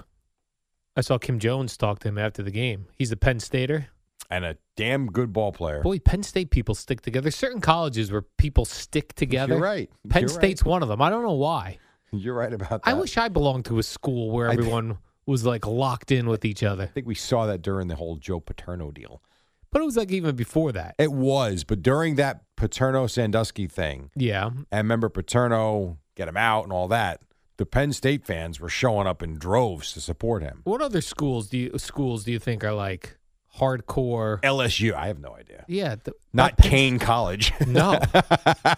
S2: I saw Kim Jones talk to him after the game. He's a Penn Stater.
S1: And a damn good ball player.
S2: Boy, Penn State people stick together. Certain colleges where people stick together.
S1: You're right.
S2: Penn
S1: You're right.
S2: State's one of them. I don't know why.
S1: You're right about that.
S2: I wish I belonged to a school where
S1: I-
S2: everyone was like locked in with each other.
S1: I think we saw that during the whole Joe Paterno deal.
S2: But it was like even before that.
S1: It was, but during that Paterno Sandusky thing,
S2: Yeah.
S1: and remember Paterno get him out and all that. The Penn State fans were showing up in droves to support him.
S2: What other schools do you schools do you think are like hardcore?
S1: LSU, I have no idea.
S2: Yeah, th-
S1: Not
S2: Penn-
S1: Kane College.
S2: No,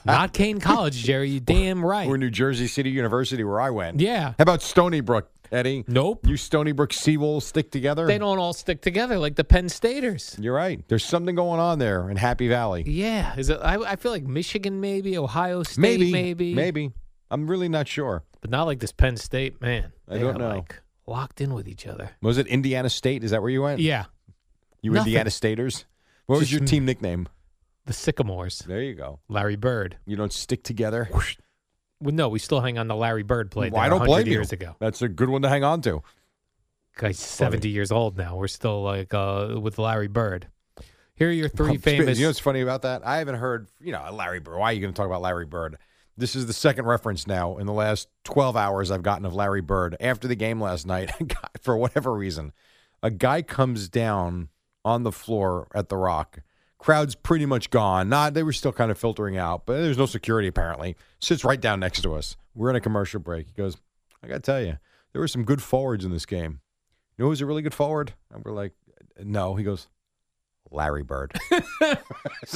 S2: not Kane College, Jerry. You damn right.
S1: or New Jersey City University, where I went.
S2: Yeah.
S1: How about Stony Brook, Eddie?
S2: Nope.
S1: You Stony Brook Seawolves stick together?
S2: They don't all stick together like the Penn Staters.
S1: You're right. There's something going on there in Happy Valley.
S2: Yeah, is it? I, I feel like Michigan, maybe Ohio State,
S1: maybe.
S2: maybe,
S1: Maybe. I'm really not sure.
S2: but not like this Penn State man.
S1: I
S2: They
S1: don't
S2: are,
S1: know.
S2: Like locked in with each other.
S1: Was it Indiana State? Is that where you went?
S2: Yeah,
S1: You
S2: nothing.
S1: Indiana Staters? What was
S2: Just
S1: your
S2: n-
S1: team nickname?
S2: the Sycamores,
S1: There you go.
S2: Larry Bird.
S1: You don't stick together.
S2: Well, no, we still hang on the Larry Bird play.
S1: Well, I
S2: there
S1: don't
S2: 100
S1: blame
S2: years
S1: you.
S2: ago.
S1: That's a good one to hang on to.
S2: Guy's seventy years old now. We're still like uh, with Larry Bird. Here are your three
S1: Um, spe-
S2: famous.
S1: You know what's funny about that? I haven't heard, you know, Larry Bird. Why are you going to talk about Larry Bird? This is the second reference now in the last 12 hours I've gotten of Larry Bird. After the game last night, a guy, for whatever reason, a guy comes down on the floor at The Rock. Crowd's pretty much gone. Not they were still kind of filtering out, but there's no security apparently. Sits right down next to us. We're in a commercial break. He goes, I got to tell you, there were some good forwards in this game. You know who's a really good forward? And we're like, no. He goes, Larry Bird.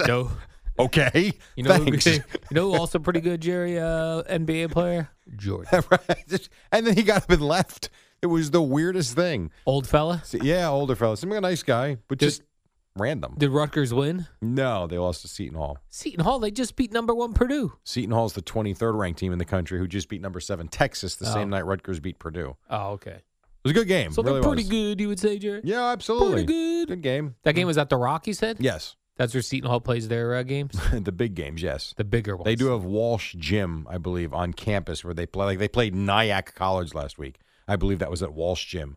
S2: No.
S1: Okay.
S2: You know, who,
S1: Thanks.
S2: you know, who also pretty good, Jerry, uh, NBA player, Jordan,
S1: Right. and then he got up and left. It was the weirdest thing.
S2: old fella.
S1: So, yeah, older fellow. Seemed like a nice guy, but
S2: Just-
S1: just random.
S2: Did Rutgers win?
S1: no, they lost to Seton Hall.
S2: Seton Hall. They just beat number one Purdue.
S1: Seton Hall's the 23rd ranked team in the country who just beat number seven Texas the
S2: Oh.
S1: same night Rutgers beat Purdue. It
S2: Oh, okay.
S1: was a good game.
S2: So
S1: really
S2: they're pretty
S1: was.
S2: good, you would say, Jerry.
S1: Yeah, absolutely.
S2: Pretty good.
S1: Good game.
S2: That game was at the Rock. You said.
S1: Yes.
S2: That's where Seton Hall plays their uh, games.
S1: the big games, yes.
S2: The bigger ones.
S1: They do have Walsh Gym, I believe, on campus where they play. Like they played Nyack College last week. I believe that was at Walsh Gym.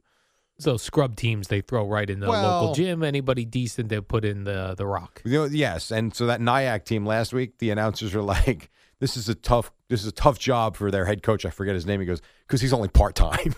S2: So scrub teams they throw right in the
S1: Well-
S2: local gym. Anybody decent they put in the the Rock.
S1: You know, yes, and so that Nyack team last week, the announcers were like, "This is a tough, this is a tough job for their head coach." I forget his name. He goes, "Because he's only part time."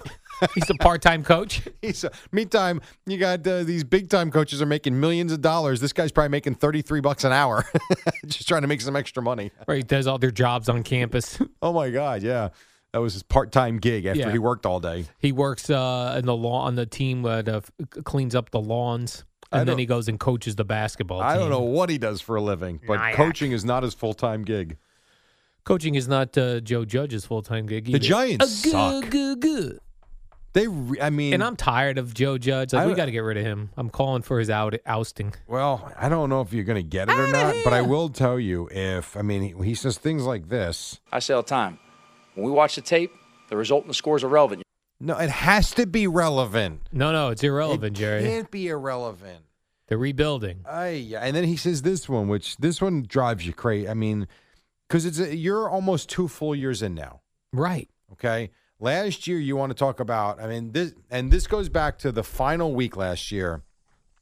S2: He's a part time coach.
S1: he's uh, meantime, you got uh, these big time coaches are making millions of dollars. This guy's probably making thirty three bucks an hour, just trying to make some extra money.
S2: Right, does all their jobs on campus.
S1: Oh my god, yeah, that was his part time gig after
S2: Yeah.
S1: he worked all day.
S2: He works uh, in the law on the team that uh, f- cleans up the lawns,
S1: I
S2: and then
S1: don't-
S2: he goes and coaches the basketball.
S1: I don't
S2: team.
S1: know what he does for a living, but
S2: Nyack.
S1: coaching is not his full time gig.
S2: Coaching is not uh, Joe Judge's full time gig. Either.
S1: Giants
S2: Uh,
S1: suck.
S2: Good, good, good.
S1: They, re- I mean,
S2: And I'm tired of Joe Judge.
S1: I
S2: Like we
S1: don't-
S2: got to get rid of him. I'm calling for his out ousting.
S1: Well, I don't know if you're going to get it or not, but I will tell you if, I mean, he, he says things like this.
S6: I say all the time, when we watch the tape, the result and the score is irrelevant.
S1: No, it has to be relevant.
S2: No, no, it's irrelevant,
S1: it
S2: Jerry.
S1: can't be irrelevant.
S2: They're rebuilding.
S1: Ay, yeah. And then he says this one, which this one drives you crazy. I mean, because it's a, you're almost two full years in now.
S2: Right.
S1: Okay. Last year, you want to talk about, I mean, this, and this goes back to the final week last year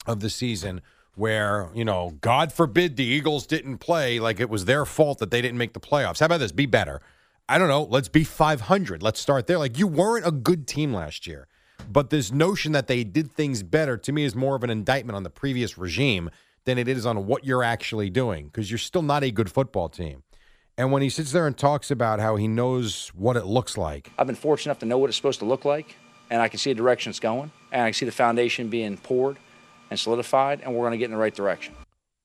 S1: of the season where, you know, God forbid the Eagles didn't play like it was their fault that they didn't make the playoffs. How about this? Be better. I don't know. Let's be 500. Let's start there. Like, you weren't a good team last year. But this notion that they did things better to me is more of an indictment on the previous regime than it is on what you're actually doing because you're still not a good football team. And when he sits there and talks about how he knows what it looks like,
S6: I've been fortunate enough to know what it's supposed to look like, and I can see the direction it's going, and I can see the foundation being poured and solidified, and we're going to get in the right direction.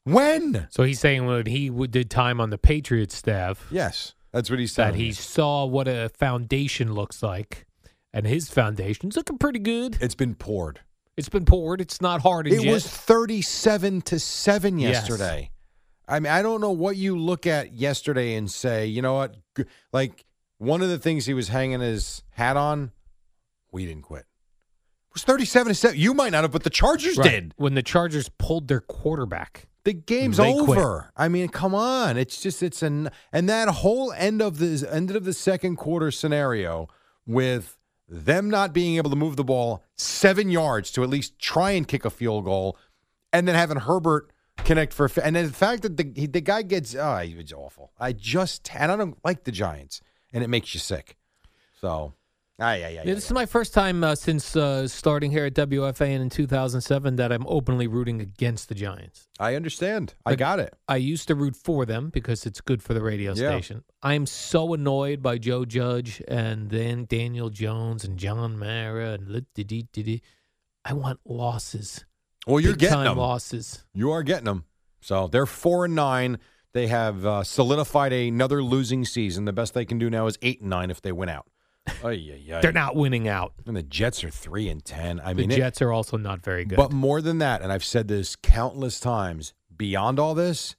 S1: when?
S2: So he's saying when he w- did time on the Patriots staff,
S1: Yes, that's what he said.
S2: that he saw what a foundation looks like, and his foundation's looking pretty good.
S1: it's been poured.
S2: It's been poured. It's not hard
S1: It
S2: yet.
S1: was 37 to 7
S2: Yes.
S1: yesterday. I mean, I don't know what you look at yesterday and say, you know what? G- Like, one of the things he was hanging his hat on, we didn't quit. It was 37 to 7. You might not have, but the Chargers
S2: Right.
S1: did.
S2: when the Chargers pulled their quarterback.
S1: The game's
S2: They
S1: over.
S2: quit.
S1: I mean, come on. It's just it's an and that whole end of the end of the second quarter scenario with them not being able to move the ball seven yards to at least try and kick a field goal, and then having Herbert connect for a fi- and then the fact that the he, the guy gets oh, he was awful. I just and I don't like the Giants, and it makes you sick. So, ay, ay, ay,
S2: Yeah,
S1: ay,
S2: this is
S1: ay.
S2: my first time uh, since uh, starting here at WFAN in 2007 that I'm openly rooting against the Giants.
S1: I understand. I
S2: Like-
S1: got it.
S2: I used to root for them because it's good for the radio
S1: Yeah.
S2: station. I am so annoyed by Joe Judge and then Daniel Jones and John Mara and lit- dee- dee- dee- dee. I want losses.
S1: Well, you're
S2: Big
S1: getting
S2: time
S1: them.
S2: losses.
S1: You are getting them. So they're four and nine. They have uh, solidified another losing season. The best they can do now is eight and nine if they win out. Oh yeah,
S2: They're not winning out.
S1: And the Jets are three and ten. I
S2: The
S1: mean, it-
S2: Jets are also not very good.
S1: but more than that, and I've said this countless times. Beyond all this,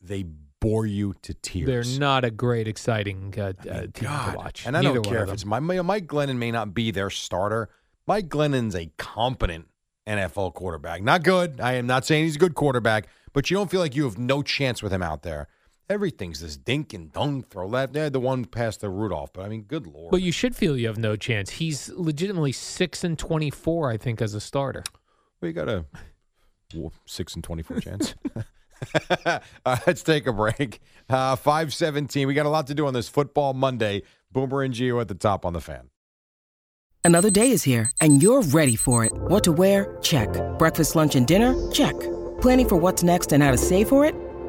S1: they bore you to tears.
S2: They're not a great, exciting uh,
S1: I mean,
S2: uh, team
S1: God.
S2: to watch.
S1: And I
S2: Neither
S1: don't
S2: one
S1: care
S2: of
S1: if it's
S2: them.
S1: my my- Mike Glennon may not be their starter. Mike Glennon's a competent NFL quarterback. Not good. I am not saying he's a good quarterback, but you don't feel like you have no chance with him out there. Everything's this dink and dunk throw left. They had the one past the Rudolph, but I mean, good lord.
S2: But you should feel you have no chance. He's legitimately six and twenty-four, I think, as a starter.
S1: we got a well, six and twenty-four chance. Uh, let's take a break. Uh, Five seventeen. We got a lot to do on this football Monday. Boomer and Geo at the top on the fan.
S7: Another day is here, and you're ready for it. What to wear? Check. Breakfast, lunch, and dinner? Check. Planning for what's next and how to save for it?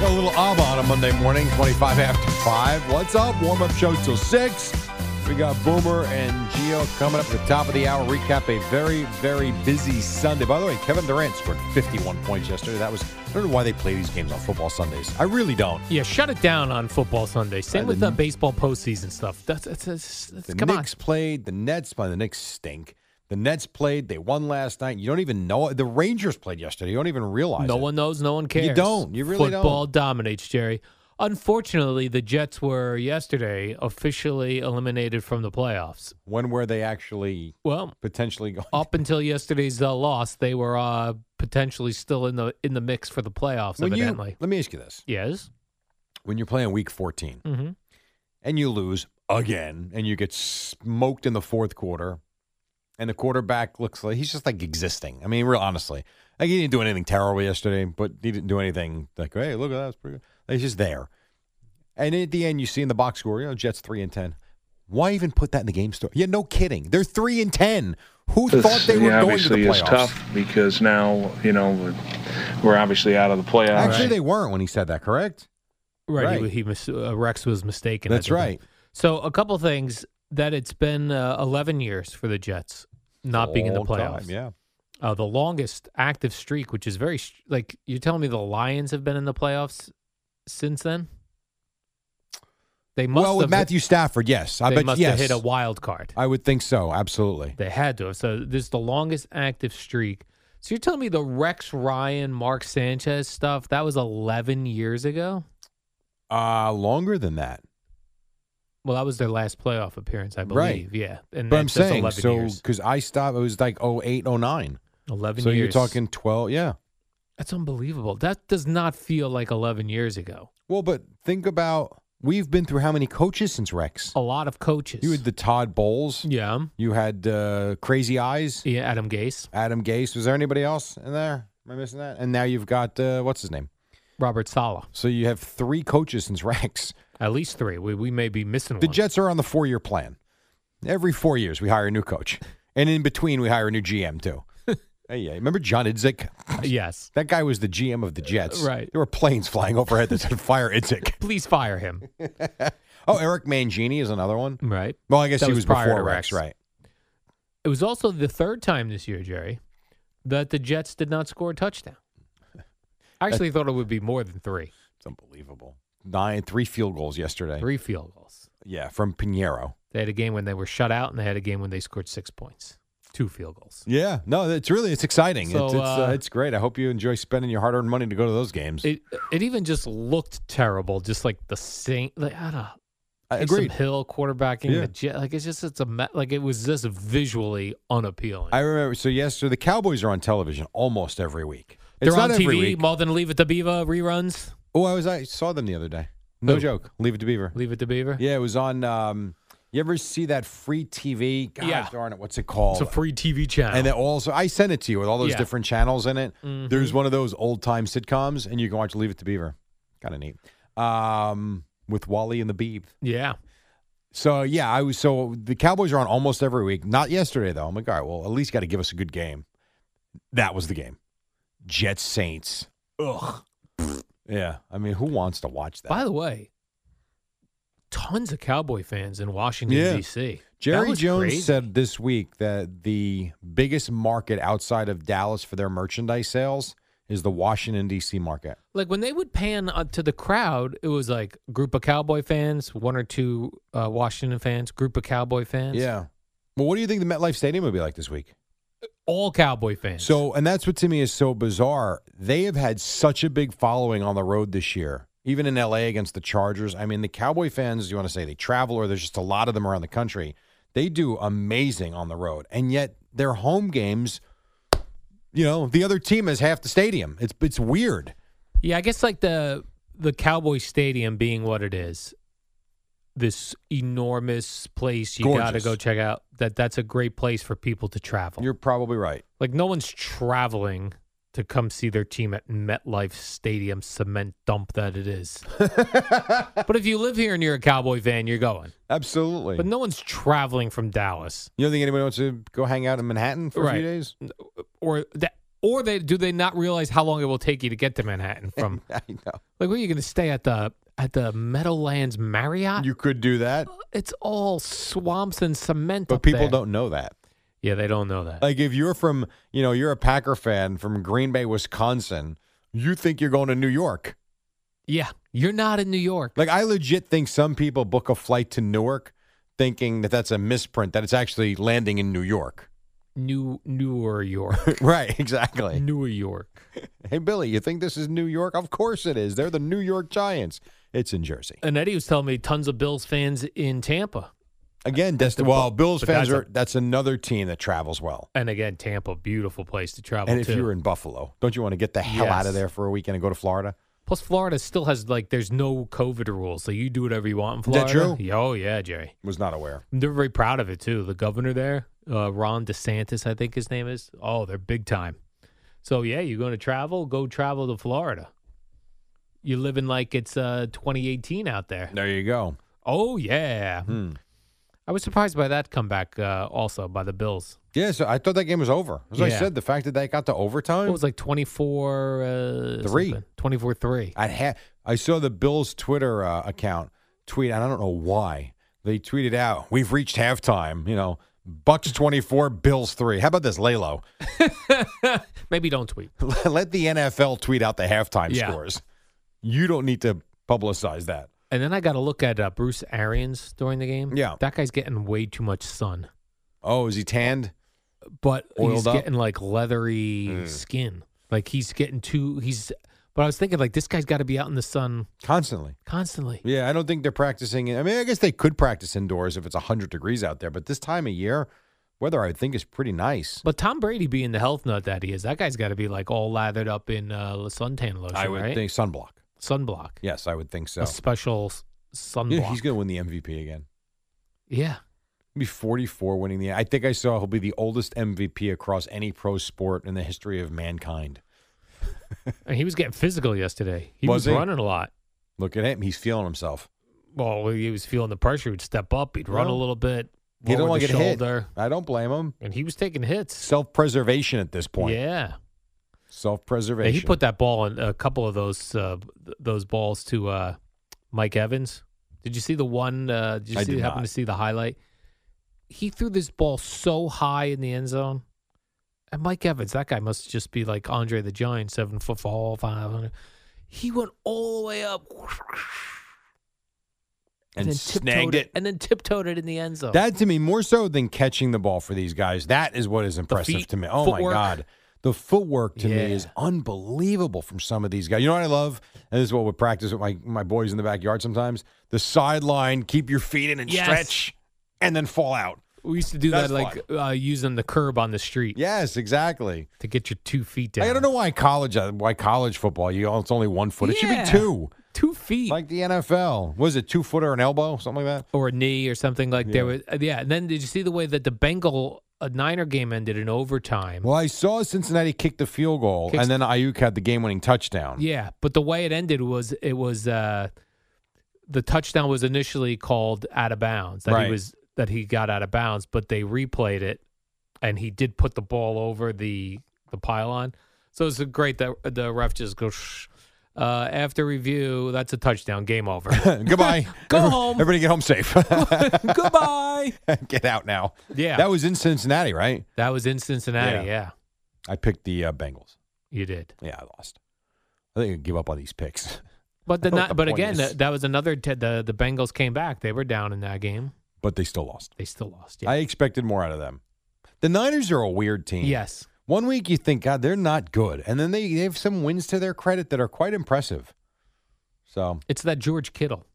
S1: Got a little ABBA on a Monday morning, 25 after 5. What's up? Warm up show till 6. We got Boomer and Geo coming up at the top of the hour. Recap a very, very busy Sunday. By the way, Kevin Durant scored 51 points yesterday. That was, I don't know why they play these games on football Sundays. I really don't.
S2: Yeah, shut it down on football Sunday. Same
S1: Uh,
S2: with
S1: the-
S2: the baseball postseason stuff. That's, that's, that's, that's-
S1: The
S2: come
S1: Knicks played, the Nets played, the Knicks stink. The Nets played, they won last night. You don't even know it. The Rangers played yesterday. You don't even
S2: on.
S1: realize
S2: No
S1: it.
S2: one knows. No one cares.
S1: don't. You really
S2: Football
S1: don't.
S2: dominates, Jerry. Unfortunately, the Jets were yesterday officially eliminated from the playoffs.
S1: When were they actually
S2: Well,
S1: potentially going?
S2: up until yesterday's uh, loss, they were uh, potentially still in the in the mix for the playoffs.
S1: When you,
S2: evidently,
S1: let me ask you this.
S2: yes.
S1: When you're playing week 14,
S2: Mm-hmm.
S1: and you lose again and you get smoked in the fourth quarter and the quarterback looks like he's just like existing i mean real honestly like he didn't do anything terrible yesterday but he didn't do anything like hey look at that it's pretty good Like, he's just there and at the end you see in the box score you know jets 3 and 10 Why even put that in the game store? Yeah, no kidding. They're three and ten. Who thought they were going to the playoffs?
S8: because now you know we're obviously out of the playoffs.
S1: Actually, they weren't when he said that. Correct?
S2: Right. He,
S1: Right.
S2: he mis- uh, Rex was mistaken. I
S1: That's
S2: think.
S1: right.
S2: So a couple things that it's been uh, 11 years for the Jets not being in the
S1: Long time,
S2: playoffs.
S1: yeah.
S2: Uh, the longest active streak, which is very sh- like you're telling me the Lions have been in the playoffs since then. They must
S1: Well, with
S2: have
S1: Matthew Stafford, yes, I
S2: they
S1: bet
S2: must
S1: yes.
S2: have hit a wild card.
S1: I would think so. Absolutely.
S2: They had to have. So this is the longest active streak. So you're telling me the Rex Ryan, Mark Sanchez stuff that was 11 years ago?
S1: Uh longer than that.
S2: Well, that was their last playoff appearance, I
S1: Right.
S2: believe. Yeah, and
S1: But I'm
S2: that's- that's
S1: saying
S2: 11
S1: so
S2: years.
S1: because I stopped. It was like 08, 09.
S2: 11
S1: So you're
S2: years.
S1: talking twelve. Yeah.
S2: That's unbelievable. That does not feel like 11 years ago.
S1: Well, but think about we've been through how many coaches since Rex?
S2: A lot of coaches.
S1: You had the Todd Bowles.
S2: Oh, yeah.
S1: You had uh, Crazy Eyes.
S2: Yeah, Adam Gase,
S1: Adam Gase. Was there anybody else in there? Am I missing that? And now you've got uh, what's his name?
S2: Robert Sala.
S1: So you have three coaches since Rex.
S2: At least 3. We, we may be missing
S1: The
S2: one.
S1: Jets are on the four-year plan. Every four years, we hire a new coach, and in between, we hire a new GM too. hey, yeah, remember John Idzik?
S2: Yes.
S1: That guy was the GM of the Jets.
S2: Uh, right.
S1: There were planes flying overhead that said "Fire Idzik."
S2: Please fire him.
S1: Oh, Eric Mangini is another one.
S2: Right.
S1: Well, I guess
S2: That
S1: he
S2: was
S1: was
S2: prior
S1: before
S2: to
S1: Rex,
S2: Rex.
S1: right?
S2: It was also the third time this year, Jerry, that the Jets did not score a touchdown. I actually thought it would be more than 3.
S1: It's unbelievable. Nine, three field goals yesterday.
S2: Three field goals.
S1: Yeah, from Pinheiro.
S2: They had a game when they were shut out and they had a game when they scored 6 points. Two field goals.
S1: Yeah, no, it's really it's exciting.
S2: So,
S1: it's it's, uh,
S2: uh,
S1: it's great. I hope you enjoy spending your hard-earned money to go to those games.
S2: It it even just looked terrible, just like the same. Like, I don't know.
S1: I
S2: Taysom
S1: agreed.
S2: Hill quarterbacking
S1: Yeah.
S2: the jet. Like it's just it's a me- like it was just visually unappealing.
S1: I remember. So yes, so the Cowboys are on television almost every week.
S2: They're
S1: it's
S2: on
S1: not every
S2: TV.
S1: week.
S2: More than Leave It to Beaver reruns.
S1: Oh, I was I saw them the other day. No
S2: Who?
S1: joke. Leave it to Beaver.
S2: Leave It to Beaver.
S1: Yeah, it was on. Um, you ever see that free TV? God
S2: Yeah.
S1: darn it! What's it called?
S2: it's a free TV channel.
S1: And then also, I sent it to you with all those
S2: Yeah. Mm-hmm.
S1: different channels in it. There's one of those old time sitcoms, and you can watch Leave It to Beaver. Kind of neat. Um, with Wally and the Beeb.
S2: yeah,
S1: So yeah, I was. So the Cowboys are on almost every week. Not yesterday though. I'm like, all right, well, at least got to give us a good game. That was the game. Jets Saints. Ugh. Yeah, I mean, who wants to watch that?
S2: By the way, tons of Cowboy fans in Washington
S1: Yeah.
S2: D.C. That
S1: Jerry
S2: was
S1: Jones
S2: crazy.
S1: said this week that the biggest market outside of Dallas for their merchandise sales is the Washington D.C. market.
S2: like when they would pan uh, to the crowd, it was like group of Cowboy fans, one or two uh, Washington fans, group of Cowboy fans.
S1: Yeah. Well, what do you think the MetLife Stadium would be like this week?
S2: all Cowboy fans.
S1: So, and that's what to me is so bizarre. They have had such a big following on the road this year, even in L.A. against the Chargers. I mean, the Cowboy fans, you want to say they travel, or there's just a lot of them around the country. They do amazing on the road, and yet their home games, you know, the other team has half the stadium. It's it's weird.
S2: Yeah, I guess like the the Cowboy Stadium being what it is, this enormous place you got to
S1: Gorgeous.
S2: go check out. That that's a great place for people to travel.
S1: You're probably right.
S2: like no one's traveling to come see their team at MetLife Stadium cement dump that it is. but if you live here and you're a Cowboy fan, you're going.
S1: Absolutely.
S2: But no one's traveling from Dallas
S1: you don't think anybody wants to go hang out in Manhattan for a
S2: Right.
S1: few days?
S2: or that or they do they not realize how long it will take you to get to Manhattan from
S1: I know.
S2: like where are you going to stay at the at the Meadowlands Marriott?
S1: You could do that,
S2: It's all swamps and cement.
S1: but
S2: up
S1: people
S2: there.
S1: don't know that.
S2: Yeah, they don't know that.
S1: Like if you're from, you know, you're a Packer fan from Green Bay, Wisconsin, you think you're going to New York.
S2: yeah, you're not in New York.
S1: Like I legit think some people book a flight to Newark thinking that that's a misprint that it's actually landing in New York.
S2: New Newer York.
S1: right, exactly.
S2: Newer York.
S1: Hey Billy, you think this is New York? Of course it is. They're the New York Giants. It's in Jersey.
S2: And Eddie was telling me tons of Bills fans in Tampa.
S1: Again, Dest- well, Bills
S2: but
S1: fans
S2: that's a-
S1: are that's another team that travels well.
S2: And again, Tampa, beautiful place to travel
S1: And if
S2: to.
S1: you're in Buffalo, don't you want to get the hell out of
S2: Yes.
S1: there for a weekend and go to Florida?
S2: Plus, Florida still has like there's no COVID rules, so you do whatever you want in
S1: Is that
S2: Florida.
S1: true?
S2: Yeah, Oh yeah, Jerry.
S1: Was not aware.
S2: They're very proud of it too. The governor there, uh, Ron DeSantis, I think his name is. Oh, they're big time. So yeah, you're going to travel, go travel to Florida. You're living like it's uh, 2018 out there.
S1: There you go.
S2: Oh yeah. I was surprised by that comeback uh, also by the Bills.
S1: Yeah, so I thought that game was over. As I
S2: Yeah.
S1: said, the fact that they got to overtime.
S2: It was like 24 uh,
S1: Three.
S2: 24 3.
S1: I'd ha- I saw the Bills Twitter uh, account tweet, and I don't know why they tweeted out, "We've reached halftime." You know, Bucks twenty four, Bills three. How about this, Lalo?
S2: Maybe don't tweet.
S1: Let the NFL tweet out the halftime
S2: Yeah.
S1: scores. You don't need to publicize that.
S2: And then I got to look at uh, Bruce Arians during the game.
S1: Yeah.
S2: That guy's getting way too much sun,
S1: Oh, is he tanned?
S2: but he's
S1: Oiled up? Hmm.
S2: getting like leathery skin. Like he's getting too, he's, but I was thinking like this guy's got to be out in the sun
S1: Constantly.
S2: constantly.
S1: Yeah, I don't think they're practicing. I mean, I guess they could practice indoors if it's 100 degrees out there, but this time of year, weather I think is pretty nice.
S2: But Tom Brady being the health nut that he is, that guy's got to be like all lathered up in uh, suntan lotion,
S1: I would
S2: right?
S1: think sunblock.
S2: sunblock.
S1: Yes, I would think so.
S2: A special s- sunblock.
S1: Yeah, he's going to win the MVP again.
S2: Yeah.
S1: He'll be 44 winning the. I think I saw he'll be the oldest MVP across any pro sport in the history of mankind.
S2: And he was getting physical yesterday. He
S1: Was
S2: was,
S1: he?
S2: running a lot.
S1: Look at him; he's feeling himself.
S2: Well, he was feeling the pressure. He'd step up. He'd run a
S1: Well,
S2: little bit.
S1: Oh. He don't
S2: lower
S1: want
S2: the
S1: to get hit.
S2: shoulder.
S1: I don't blame him.
S2: And he was taking hits.
S1: Self-preservation at this point.
S2: Yeah. Yeah,
S1: Self-preservation.
S2: He put that ball in a couple of those uh, th- those balls to uh, Mike Evans. Did you see the one? Uh, did you
S1: I
S2: see,
S1: did
S2: happen
S1: not.
S2: to see the highlight? He threw this ball so high in the end zone. And Mike Evans, that guy must just be like Andre the Giant, seven foot fall, 500. He went all the way up
S1: and,
S2: then
S1: snagged
S2: tiptoed
S1: it.
S2: And then tiptoed it in the end zone.
S1: That to me more so than catching the ball for these guys. That is what is impressive
S2: feet,
S1: to me. Oh
S2: footwork.
S1: my god. The footwork to me is
S2: Yeah.
S1: unbelievable from some of these guys. You know what I love? And this is what we practice with my, my boys in the backyard sometimes. The sideline, keep your feet in and
S2: Yes.
S1: stretch and then fall out.
S2: we used to do that
S1: That's
S2: like uh, using the curb on the street
S1: Yes, exactly.
S2: to get your two feet down.
S1: I don't know why college uh, why college football, you oh, it's only one foot. It should
S2: Yeah.
S1: be two.
S2: Two feet.
S1: Like the NFL. Was it two footer an elbow? Something like that?
S2: or a knee or something like there was uh, yeah and then did you see the way that the bengal a niner game ended in overtime
S1: Well, I saw Cincinnati kick the field goal
S2: Kicks-
S1: and then Ayuk had the game winning touchdown.
S2: yeah but the way it ended was it was uh the touchdown was initially called out of bounds that he
S1: Right.
S2: was that he got out of bounds but they replayed it and he did put the ball over the the pylon so it's great that uh, the ref just goes "Shh." uh, after review that's a touchdown game over
S1: Goodbye.
S2: Go
S1: Every-
S2: home.
S1: Everybody get home safe.
S2: goodbye
S1: get out now.
S2: yeah
S1: That was in Cincinnati, right?
S2: that was in cincinnati yeah,
S1: Yeah. I picked the uh, Bengals.
S2: you did
S1: Yeah, I lost. I think I give up on these picks.
S2: But the,
S1: I don't know
S2: not,
S1: what the
S2: but
S1: Oh, point
S2: again,
S1: is.
S2: that, that was another. T- the the Bengals came back. They were down in that game.
S1: But they still lost.
S2: They still lost. Yeah.
S1: I expected more out of them. The Niners are a weird team.
S2: yes.
S1: One week you think, God, they're not good. And then they, they have some wins to their credit that are quite impressive. So
S2: It's that George Kittle.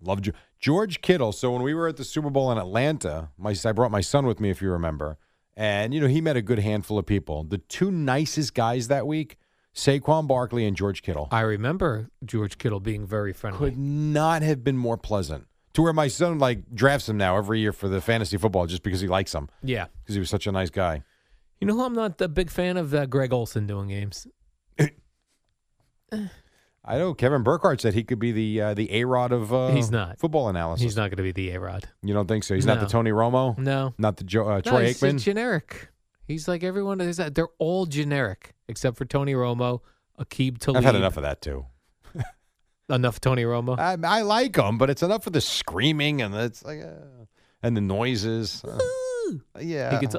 S1: Love Ge- George Kittle. So when we were at the Super Bowl in Atlanta, my I brought my son with me, if you remember, and you know he met a good handful of people. The two nicest guys that week, Saquon Barkley and George Kittle,
S2: I remember George Kittle being very friendly.
S1: could not have been more pleasant. To where my son like drafts him now every year for the fantasy football just because he likes him
S2: Yeah.
S1: because he was such a nice guy.
S2: You know who I'm not a big fan of? Uh, Greg Olson doing games.
S1: I know Kevin Burkhardt said he could be the uh, the A Rod of uh,
S2: He's not.
S1: football analysis.
S2: He's not going to be the A Rod.
S1: You don't think so? He's not
S2: No.
S1: the Tony Romo,
S2: No.
S1: not the jo- uh,
S2: No,
S1: Troy
S2: he's just
S1: Aikman.
S2: generic. He's like everyone is. uh, They're all generic except for Tony Romo, Akib Talib.
S1: I've had enough Ah. of that too.
S2: Enough Tony Romo.
S1: I, I like them, but it's enough for the screaming and it's like uh, and the noises. Uh, yeah,
S2: he gets.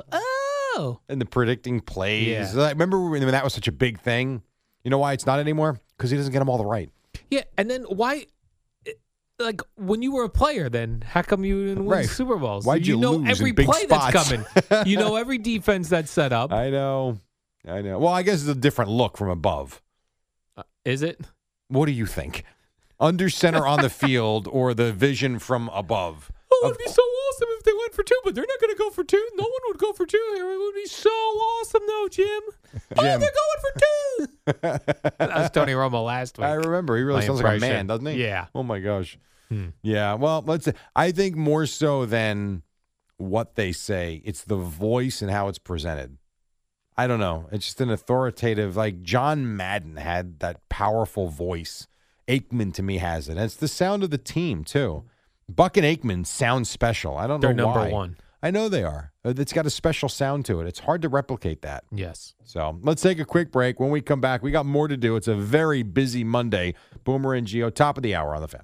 S2: Oh.
S1: and the predicting plays.
S2: Yeah.
S1: I remember when when that was such a big thing. You know why it's not anymore? Because he doesn't get them all the right.
S2: Yeah, and then why? Like when you were a player, then how come you didn't win
S1: Right.
S2: Super Bowls?
S1: Why'd you
S2: know
S1: lose in
S2: every
S1: big
S2: play that's
S1: spots?
S2: coming. you know every defense that's set up.
S1: I know, I know. Well, I guess it's a different look from above.
S2: Is it?
S1: What do you think? Under center on the field or the vision from above?
S2: Oh,
S1: Of
S2: it'd be so awesome if they went for two, but they're not going to go for two. No one would go for two. It would be so awesome, though, Jim. Oh, they're
S1: Jim.
S2: going for two. that was Tony Romo last week.
S1: I remember. He really
S2: My
S1: sounds like a
S2: impression.
S1: man, doesn't he?
S2: Yeah. Hmm.
S1: Oh my gosh. Yeah. Well, let's. I think more so than what they say, it's the voice and how it's presented. I don't know. It's just an authoritative. Like John Madden had that powerful voice. Aikman to me has it. And it's the sound of the team too. Buck and Aikman sound special. I don't
S2: They're
S1: know
S2: number
S1: why.
S2: one.
S1: I know they are. Uh, It's got a special sound to it. It's hard to replicate that.
S2: Yes.
S1: So let's take a quick break. When we come back, we got more to do. It's a very busy Monday. Boomer and Geo, top of the hour on the fan.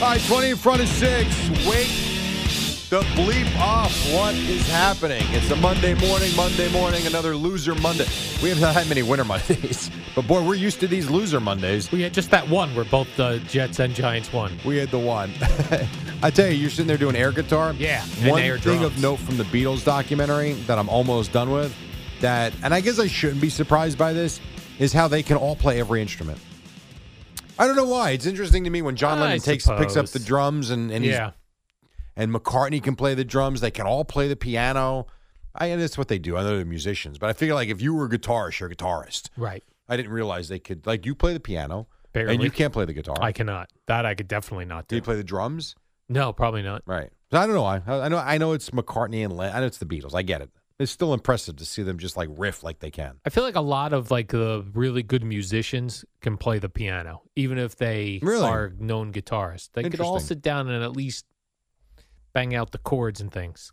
S1: All right, 20 in front of six. Wake the bleep off. What is happening? It's a Monday morning, Monday morning, another loser Monday. We haven't had many winter Mondays, but boy, we're used to these loser Mondays.
S2: We had just that one where both the Jets and Giants won.
S1: We had the one. I tell you, you're sitting there doing air guitar.
S2: Yeah, and
S1: One
S2: air
S1: thing of
S2: drums.
S1: note from the Beatles documentary that I'm almost done with, that, and I guess I shouldn't be surprised by this, is how they can all play every instrument. I don't know why. It's interesting to me when John
S2: Ah, I
S1: Lennon takes picks up
S2: suppose.
S1: the drums and, and he's
S2: yeah.
S1: and McCartney can play the drums. They can all play the piano. I and that's what they do. I know they're musicians, but I figure like if you were a guitarist, you're a guitarist.
S2: Right.
S1: I didn't realize they could like you play the piano and
S2: Barely.
S1: you can't play the guitar.
S2: I cannot. That I could definitely not
S1: do
S2: do.
S1: you play the drums?
S2: No, probably not.
S1: Right. So I don't know. I, I know. I know it's McCartney and Len- I know it's the Beatles. I get it. It's still impressive to see them just like riff like they can.
S2: I feel like a lot of like the really good musicians can play the piano, even if they
S1: Really?
S2: are known guitarists. They could all
S1: Interesting.
S2: sit down and at least bang out the chords and things.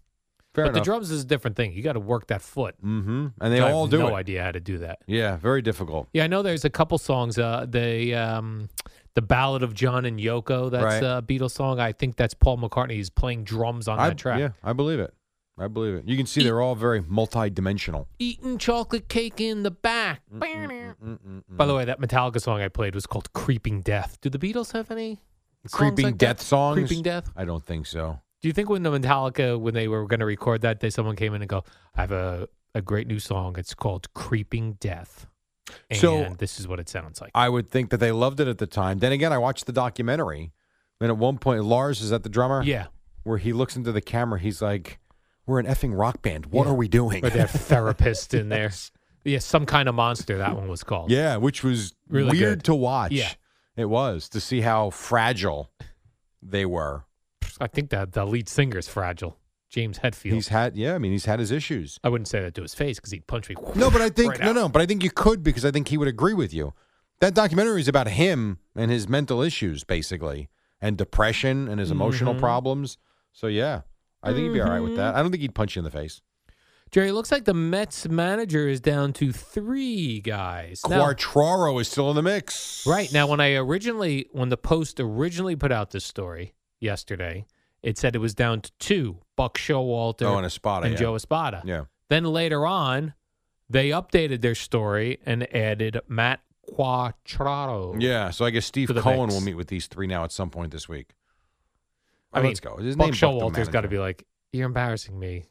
S1: Fair
S2: but
S1: enough.
S2: the drums is a different thing. You got to work that foot.
S1: Mm-hmm. And they
S2: I
S1: all
S2: have
S1: do
S2: no
S1: it.
S2: idea how to do that.
S1: Yeah. Very difficult.
S2: Yeah, I know there's a couple songs. Uh, the um, the Ballad of John and Yoko. That's
S1: Right.
S2: a Beatles song. I think that's Paul McCartney. He's playing drums on
S1: I,
S2: that track.
S1: Yeah. I believe it. I believe it. You can see they're all very multi-dimensional.
S2: Eating chocolate cake in the back. Mm, By
S1: Hmm.
S2: the way, that Metallica song I played was called "Creeping Death." Do the Beatles have any? songs
S1: Creeping
S2: like
S1: death
S2: that?
S1: songs.
S2: Creeping death.
S1: I don't think so.
S2: Do you think when the Metallica when they were going to record that, they someone came in and go, "I have a a great new song. It's called Creeping Death." And
S1: So-
S2: this is what it sounds like.
S1: I would think that they loved it at the time. Then again, I watched the documentary, and at one point, Lars is at the drummer,
S2: yeah.
S1: where he looks into the camera. He's like, "We're an effing rock band. What are we doing?"
S2: Or they have therapist in there. Yeah, some kind of monster. That one was called.
S1: yeah, which was
S2: Really
S1: weird
S2: good.
S1: to watch.
S2: Yeah.
S1: it was to see how fragile they were.
S2: I think that the lead singer's fragile, James Hetfield.
S1: He's had, yeah, I mean, he's had his issues.
S2: I wouldn't say that to his face because he'd punch me.
S1: No, but I think
S2: right
S1: no,
S2: out.
S1: no, but I think you could because I think he would agree with you. That documentary is about him and his mental issues, basically, and depression and his emotional
S2: Mm-hmm.
S1: problems. So yeah, I think he'd be all right with that. I don't think he'd punch you in the face.
S2: Jerry, it looks like the Mets manager is down to three guys. Now-
S1: Quartraro is still in the mix.
S2: Right. Now, when I originally, when the Post originally put out this story yesterday, it said it was down to two Buck Showalter
S1: Oh, and Espada,
S2: and
S1: yeah.
S2: Joe Espada.
S1: Yeah.
S2: Then later on, they updated their story and added Matt Quatraro.
S1: Yeah. So I guess Steve
S2: For the
S1: Cohen
S2: mix.
S1: will meet with these three now at some point this week.
S2: I
S1: Oh,
S2: mean,
S1: let's go. His
S2: Buck
S1: name's Buck the
S2: Showalter's got to
S1: manager.
S2: be like, you're embarrassing me,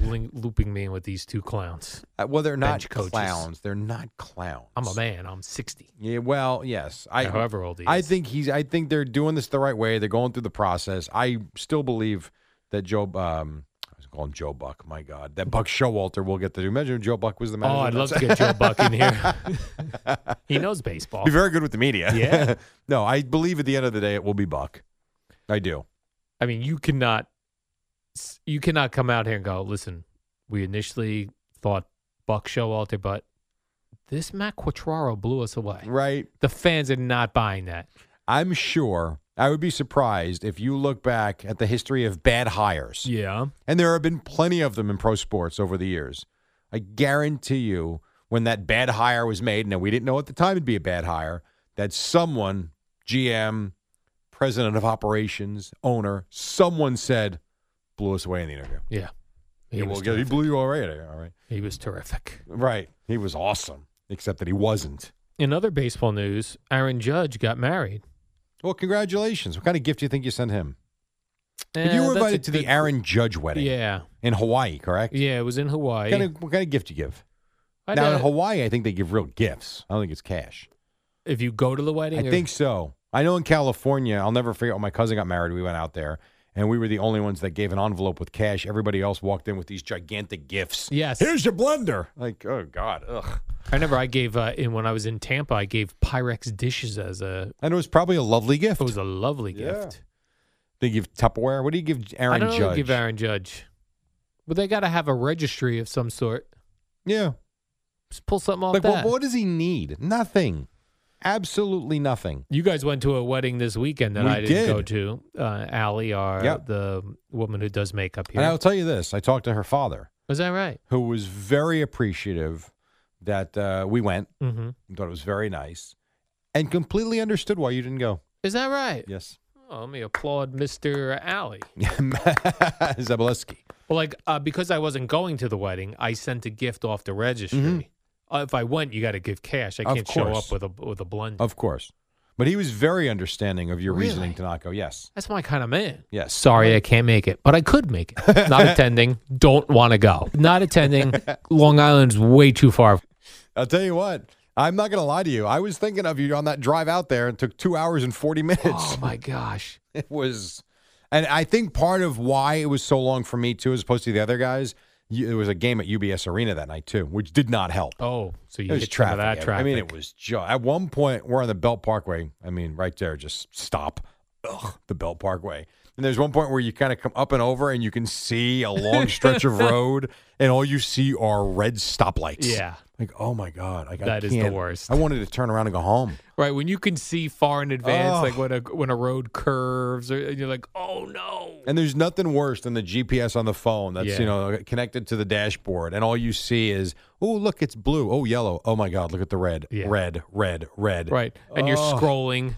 S2: ling- looping me in with these two clowns.
S1: Uh, well, they're not
S2: bench coaches.
S1: clowns. They're not clowns.
S2: I'm a man. I'm 60.
S1: Yeah, well, yes. I
S2: Or however old he
S1: I
S2: is.
S1: think he's I think they're doing this the right way. They're going through the process. I still believe that Joe um I was calling Joe Buck, my God. That Buck Showalter will get the imagine if Joe Buck was the manager.
S2: Oh, I'd love to get
S1: That's-
S2: Joe Buck in here. he knows baseball.
S1: be very good with the media.
S2: Yeah.
S1: no, I believe at the end of the day it will be Buck. I do.
S2: I mean, you cannot, you cannot come out here and go. Listen, we initially thought Buck Showalter, but this Matt Quattraro blew us away.
S1: Right.
S2: The fans are not buying that.
S1: I'm sure I would be surprised if you look back at the history of bad hires.
S2: Yeah,
S1: And there have been plenty of them in pro sports over the years. I guarantee you, when that bad hire was made, and we didn't know at the time it'd be a bad hire, that someone, GM, president of operations, owner, someone said, blew us away in the interview.
S2: yeah. He,
S1: Yeah,
S2: was
S1: well, yeah, he
S2: terrific.
S1: blew you away. there, All right.
S2: he was terrific.
S1: Right. He was awesome, except that he wasn't.
S2: In other baseball news, Aaron Judge got married.
S1: Well, congratulations. What kind of gift do you think you sent him? But
S2: Eh,
S1: you were
S2: that's
S1: invited
S2: a
S1: to the
S2: good-
S1: Aaron Judge wedding.
S2: Yeah.
S1: In Hawaii, correct?
S2: Yeah, it was in Hawaii.
S1: What kind, of, what kind of gift you give?
S2: I
S1: now in
S2: don't-
S1: Hawaii, I think they give real gifts. I don't think it's cash.
S2: if you go to the wedding,
S1: I
S2: or-
S1: think so. I know in California, I'll never forget when my cousin got married. We went out there, and we were the only ones that gave an envelope with cash. Everybody else walked in with these gigantic gifts.
S2: Yes.
S1: Here's your blender. Like, oh God, ugh.
S2: I remember I gave uh, in when I was in Tampa. I gave Pyrex dishes as a.
S1: And it was probably a lovely gift.
S2: It was a lovely
S1: Yeah.
S2: gift.
S1: They give Tupperware. What do you give Aaron
S2: I don't
S1: Judge?
S2: Really give Aaron Judge, but they got to have a registry of some sort.
S1: yeah.
S2: Just pull something off
S1: Like,
S2: that.
S1: what, what does he need? Nothing. Absolutely nothing.
S2: You guys went to a wedding this weekend that
S1: We
S2: I didn't go
S1: did.
S2: to. Uh, Allie, our
S1: Yep.
S2: the woman who does makeup here.
S1: And I'll tell you this: I talked to her father,
S2: Was that right?
S1: who was very appreciative that uh, we went.
S2: Mm-hmm.
S1: Thought it was very nice, and completely understood why you didn't go.
S2: Is that right?
S1: Yes.
S2: Oh, let me applaud Mr. Allie.
S1: Zabaluski.
S2: Well, like uh, because I wasn't going to the wedding, I sent a gift off the registry. Uh, if I went, you got to give cash. I
S1: Mm-hmm. Of
S2: can't show
S1: course.
S2: up with a with a blunt.
S1: Of course. But he was very understanding of your reasoning
S2: Really?
S1: to not go. Yes.
S2: That's my kind of man.
S1: Yes.
S2: Sorry, I can't make it, but I could make it. Not attending. Don't want to go. Not attending. Long Island's way too far.
S1: I'll tell you what. I'm not going to lie to you. I was thinking of you on that drive out there and took two hours and 40 minutes.
S2: Oh my gosh.
S1: It was, and I think part of why it was so long for me too, as opposed to the other guys, you, it was a game at UBS Arena that night too, which did not help.
S2: Oh, so you
S1: it was
S2: hit traffic.
S1: traffic.
S2: that
S1: I-
S2: traffic.
S1: I mean, it was just at one point we're on the Belt Parkway. I mean, right there, just stop. Ugh, the Belt Parkway. And there's one point where you kind of come up and over, and you can see a long stretch of road, and all you see are red stoplights.
S2: Yeah.
S1: Like, oh my god, like, I
S2: That is the
S1: can't-
S2: worst.
S1: I wanted to turn around and go home.
S2: Right when you can see far in advance,
S1: Oh.
S2: like when a when a road curves, or and you're like, oh no.
S1: And there's nothing worse than the GPS on the phone that's you
S2: Yeah.
S1: know connected to the dashboard, and all you see is, oh look, it's blue, oh yellow, oh my god, look at the red,
S2: Yeah.
S1: red, red, red.
S2: Right, and you're
S1: Oh.
S2: scrolling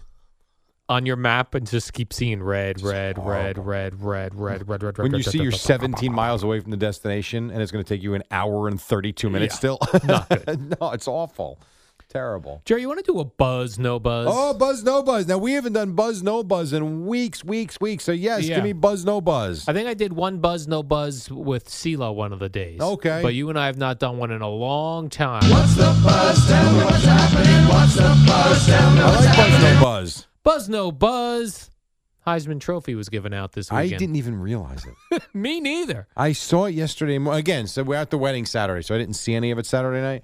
S2: on your map and just keep seeing red, red, red,
S1: horrible.
S2: red, red, red, red, red, red.
S1: When
S2: red,
S1: you
S2: red,
S1: see
S2: red,
S1: you're
S2: red, red.
S1: 17 miles away from the destination, and it's going to take you an hour and 32 minutes
S2: Yeah.
S1: still.
S2: Not
S1: no, it's awful, terrible.
S2: Jerry, you want to do a buzz, no buzz?
S1: Oh, buzz no buzz. Now we haven't done buzz no buzz in weeks, weeks, weeks. So yes,
S2: Yeah.
S1: give me buzz no buzz.
S2: I think I did one buzz, no buzz with CeeLo one of the days.
S1: Okay.
S2: But you and I have not done one in a long time.
S1: I like buzz no buzz.
S2: Buzz, no buzz. Heisman Trophy was given out this
S1: I
S2: weekend.
S1: didn't even realize it.
S2: Me neither.
S1: I saw it yesterday. mo- Again, so we're at the wedding Saturday, so I didn't see any of it Saturday night.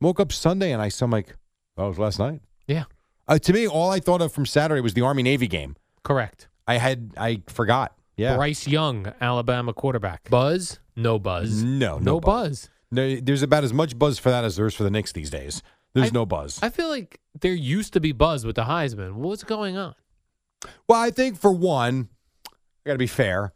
S1: Woke up Sunday and I saw, I'm like, that was last night.
S2: Yeah,
S1: Uh, to me, all I thought of from Saturday was the Army Navy game.
S2: correct.
S1: I had, I forgot. Yeah.
S2: Bryce Young, Alabama quarterback. Buzz, no buzz.
S1: No, no
S2: no,
S1: buzz.
S2: buzz.
S1: No, there's about as much buzz for that as there is for the Knicks these days. There's
S2: I-
S1: no buzz.
S2: I feel like there used to be buzz with the Heisman. What's going on?
S1: well, I think for one, I got to be fair.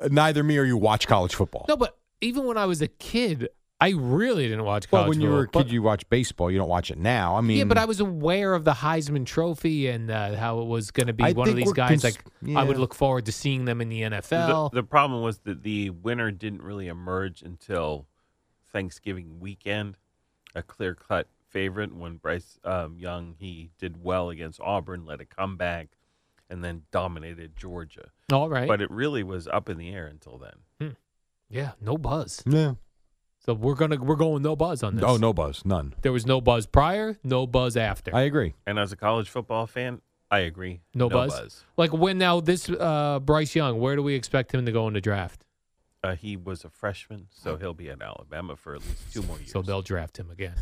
S1: uh, Neither me or you watch college football.
S2: No, but even when I was a kid, I really didn't watch
S1: well,
S2: college.
S1: when you were a
S2: football,
S1: kid, you watched baseball. You don't watch it now. I mean,
S2: yeah, but I was aware of the Heisman Trophy and uh, how it was going to be
S1: I
S2: one of
S1: think
S2: these
S1: we're
S2: guys.
S1: cons-
S2: like I would
S1: yeah.
S2: look forward to seeing them in the
S9: The,
S2: NFL.
S9: the problem was that the winner didn't really emerge until Thanksgiving weekend. A clear cut favorite when Bryce um, Young he did well against Auburn, led a comeback, and then dominated Georgia.
S2: All right,
S9: But it really was up in the air until then.
S2: yeah, no buzz.
S1: No.
S2: So we're gonna we're going no buzz on this.
S1: Oh, no buzz. None.
S2: There was no buzz prior, no buzz after.
S1: I agree.
S9: And as a college football fan, I agree.
S2: no, buzz. Like when now this uh, Bryce Young, where do we expect him to go in the draft?
S9: Uh, he was a freshman, so he'll be at Alabama for at least two more years.
S2: So they'll draft him again.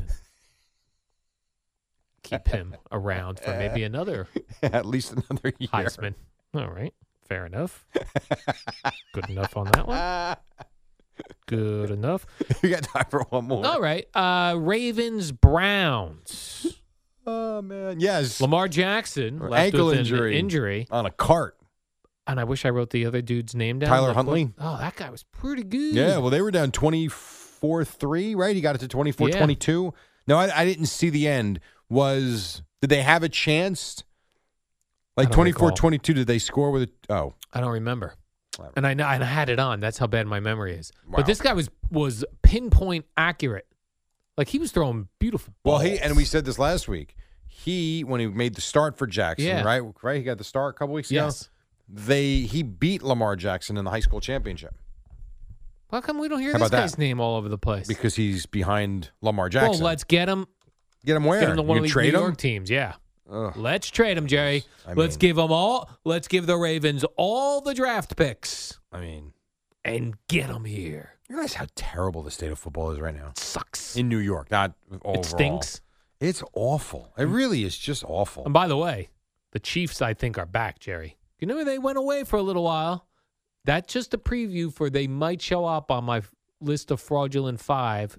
S2: Keep him around for maybe another
S1: at least another year.
S2: Heisman. All right. Fair enough. Good enough on that one. Good enough.
S1: you got time for one more.
S2: All right. Uh, Ravens Browns.
S1: Oh man, yes.
S2: Lamar Jackson
S1: Or
S2: left
S1: ankle
S2: with an
S1: injury.
S2: injury,
S1: On a cart.
S2: and I wish I wrote the other dude's name down.
S1: Tyler
S2: Like,
S1: Huntley?
S2: Oh, that guy was pretty good.
S1: Yeah, well, they were down 24 3, right? He got it to 24
S2: Yeah.
S1: 22. No, I, I didn't see the end. Was, did they have a chance? Like
S2: don't
S1: 24
S2: recall.
S1: 22, did they score with a, oh,
S2: I don't remember.
S1: Whatever.
S2: And I know, and I had it on. That's how bad my memory is.
S1: Wow.
S2: But this guy was was pinpoint accurate. Like he was throwing beautiful.
S1: well,
S2: Balls.
S1: he, and we said this last week. He, when he made the start for Jackson,
S2: Yeah.
S1: right? Right? He got the start a couple weeks
S2: yes.
S1: ago. They he beat Lamar Jackson in the high school championship
S2: How come we don't hear
S1: How
S2: this
S1: about that?
S2: guy's name all over the place?
S1: because he's behind Lamar Jackson.
S2: Well, let's get him.
S1: Get him where?
S2: Get him to one of
S1: You
S2: these
S1: trade
S2: New
S1: him?
S2: York teams. Yeah. Let's trade him, Jerry. let's
S1: mean-
S2: give them all. Let's give the Ravens all the draft picks
S1: I mean,
S2: and get them here.
S1: you realize how terrible the state of football is right now.
S2: sucks
S1: in New York, not overall.
S2: It stinks.
S1: It's awful. It really is just awful.
S2: Mm. And by the way, the Chiefs, I think, are back, Jerry. You know, they went away for a little while. That's just a preview for they might show up on my f- list of fraudulent five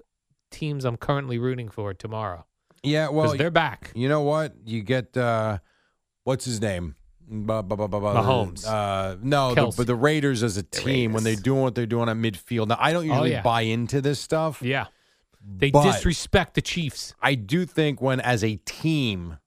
S2: teams I'm currently rooting for tomorrow.
S1: Yeah,
S2: 'Cause
S1: well,
S2: they're back.
S1: You know what? You get uh, what's his name? Ba- ba- ba- ba- ba-
S2: Mahomes.
S1: Uh, no, the,
S2: Kelsey.
S1: but the Raiders as a team when they're doing what they're doing at midfield. Now, I don't
S2: Oh,
S1: usually
S2: yeah.
S1: buy into this stuff.
S2: Yeah. They
S1: But-
S2: disrespect the Chiefs.
S1: I do think when as a team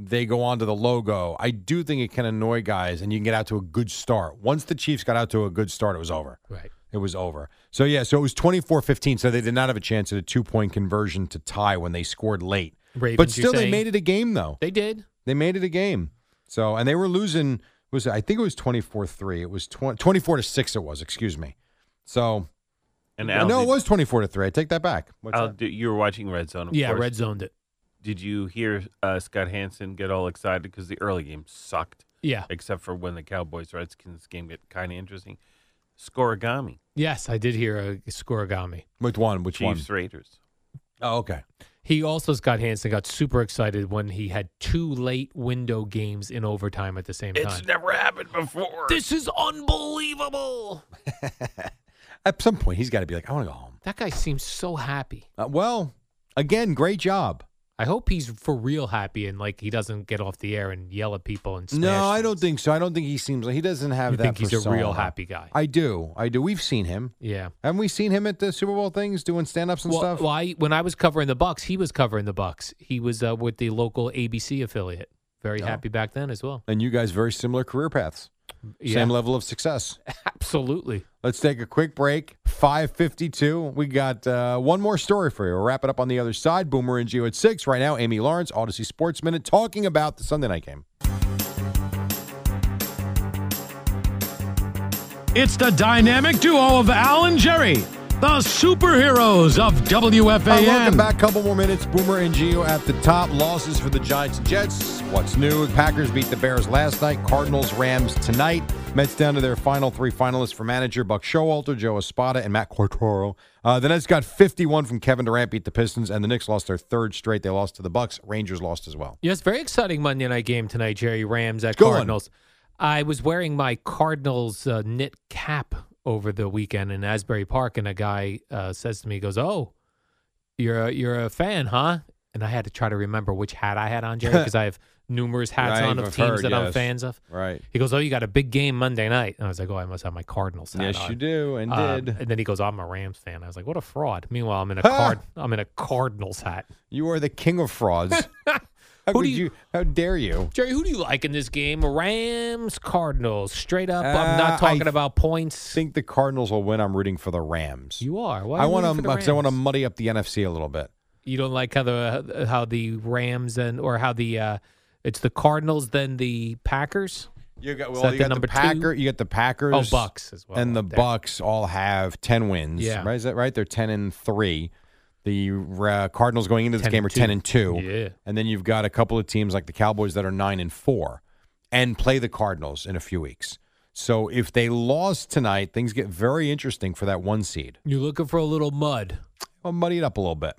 S1: they go onto the logo, I do think it can annoy guys, and you can get out to a good start. Once the Chiefs got out to a good start, it was over.
S2: Right.
S1: It was over. So, yeah, so it was 24 15. So they did not have a chance at a two point conversion to tie when they scored late. but
S2: Ravens, you're
S1: still, they
S2: saying?
S1: made it a game, though.
S2: They did.
S1: They made it a game. So, and they were losing, was it- I think it was 24 3. It was 20, 24 to 6, it was, excuse me. So,
S9: And Al,
S1: no,
S9: did-
S1: it was 24 to 3. I take that back. What's
S9: Al,
S1: that?
S9: d- you were watching Red Zone, of
S2: yeah,
S9: course.
S2: red zoned it.
S9: Did you hear uh, Scott Hansen get all excited because the early game sucked?
S2: Yeah.
S9: Except for when the Cowboys Redskins game got kind of interesting. Scorigami.
S2: Yes, I did hear uh, a scorigami.
S1: Which one? Which one?
S9: Chiefs Raiders.
S1: Oh, okay.
S2: He also, Scott Hansen, got super excited when he had two late window games in overtime at the same time.
S9: never happened before.
S2: This is unbelievable.
S1: At some point, he's got to be like, I want to go home.
S2: That guy seems so happy.
S1: Uh, well, again, great job.
S2: I hope he's for real happy and like he doesn't get off the air and yell at people and smash.
S1: No, I
S2: things.
S1: don't think so. I don't think he seems like he doesn't have
S2: You
S1: that.
S2: think he's a
S1: persona.
S2: real happy guy?
S1: I do. I do. We've seen him.
S2: Yeah.
S1: Haven't we seen him at the Super Bowl things doing stand ups and
S2: Well,
S1: stuff?
S2: well, I, when I was covering the Bucks, he was covering the Bucks. He was uh, with the local ABC affiliate. Very
S1: Oh.
S2: happy back then as well.
S1: and you guys very similar career paths.
S2: Yeah,
S1: Same level of success.
S2: absolutely.
S1: Let's take a quick break. 552. We got uh, one more story for you. We'll wrap it up on the other side. Boomer and Geo at six. Right now, Amy Lawrence, Odyssey Sports Minute, talking about the Sunday night game.
S5: It's the dynamic duo of Al and Jerry, the superheroes of
S1: Uh, welcome
S5: WFAN.
S1: back. Couple more minutes. Boomer and Geo at the top. Losses for the Giants and Jets. What's new? The Packers beat the Bears last night. Cardinals, Rams tonight. Mets down to their final three finalists for manager Buck Showalter, Joe Espada, and Matt Cortoro. Uh, the Nets got 51 from Kevin Durant, beat the Pistons, and the Knicks lost their third straight. They lost to the Bucks. Rangers lost as well.
S2: Yes, very exciting Monday night game tonight, Jerry Rams at
S1: Go on.
S2: Cardinals. I was wearing my Cardinals uh, knit cap over the weekend in Asbury Park, and a guy uh, says to me, he "Goes, oh, you're a, you're a fan, huh?" And I had to try to remember which hat I had on, Jerry, because I have numerous hats
S1: Right,
S2: on of
S1: I've
S2: teams
S1: heard,
S2: that I'm
S1: yes.
S2: fans of.
S1: Right.
S2: He goes, "Oh, you got a big game Monday night," and I was like, "Oh, I must have my Cardinals hat
S1: Yes,
S2: on."
S1: you do and
S2: Um,
S1: did.
S2: and then he goes, "I'm a Rams fan." I was like, "What a fraud!" Meanwhile, I'm in a
S1: Ha!
S2: card. I'm in a Cardinals hat.
S1: You are the king of frauds. how
S2: Who do
S1: could you,
S2: you-
S1: How dare you?
S2: Jerry, who do you like in this game? Rams, Cardinals. Straight up, I'm
S1: Uh, I
S2: not talking about points.
S1: Think the Cardinals will win? I'm rooting for the Rams.
S2: you are. Why
S1: I
S2: want to.
S1: because I want to muddy up the NFC a little bit.
S2: You don't like how the how the Rams and or how the uh, it's the Cardinals then the Packers.
S1: You got
S2: Is
S1: well,
S2: that the
S1: you got the
S2: number
S1: Packer, you got the Packers,
S2: Oh, Bucks as well.
S1: and the
S2: There.
S1: Bucks all have ten wins.
S2: Yeah.
S1: right? Is that right? They're ten and three. The uh, Cardinals going into this
S2: 10
S1: game
S2: and
S1: are
S2: two.
S1: ten and two.
S2: Yeah.
S1: and then you've got a couple of teams like the Cowboys that are nine and four, and play the Cardinals in a few weeks. So if they lost tonight, things get very interesting for that one seed.
S2: You're looking for a little mud.
S1: I'll muddy it up a little bit.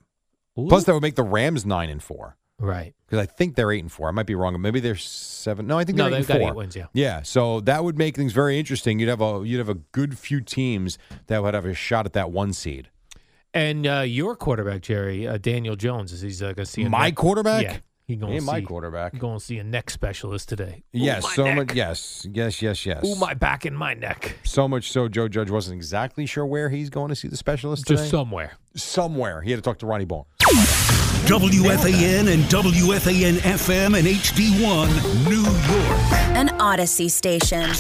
S2: Ooh.
S1: Plus, that would make the Rams nine and four.
S2: right.
S1: because I think they're eight and four. I might be wrong. Maybe they're seven. No, I think
S2: No,
S1: they're eight
S2: they've
S1: and
S2: got
S1: four.
S2: eight wins, yeah.
S1: yeah. So that would make things very interesting. You'd have a you'd have a good few teams that would have a shot at that one seed.
S2: And uh, your quarterback, Jerry, uh, Daniel Jones, is he's uh, going to see a
S1: My
S2: neck-
S1: quarterback?
S2: Yeah, he gonna
S1: Hey, my
S2: see-
S1: quarterback.
S2: He going to see a neck specialist today. Ooh,
S1: yes.
S2: my
S1: so
S2: neck.
S1: much. Yes. Yes. Yes. Yes.
S2: Ooh, my back and my neck.
S1: so much so Joe Judge wasn't exactly sure where he's going to see the specialist
S2: Just
S1: today.
S2: somewhere.
S1: Somewhere he had to talk to Ronnie Bone.
S4: WFAN and WFAN FM and HD1 New York.
S10: An Odyssey station.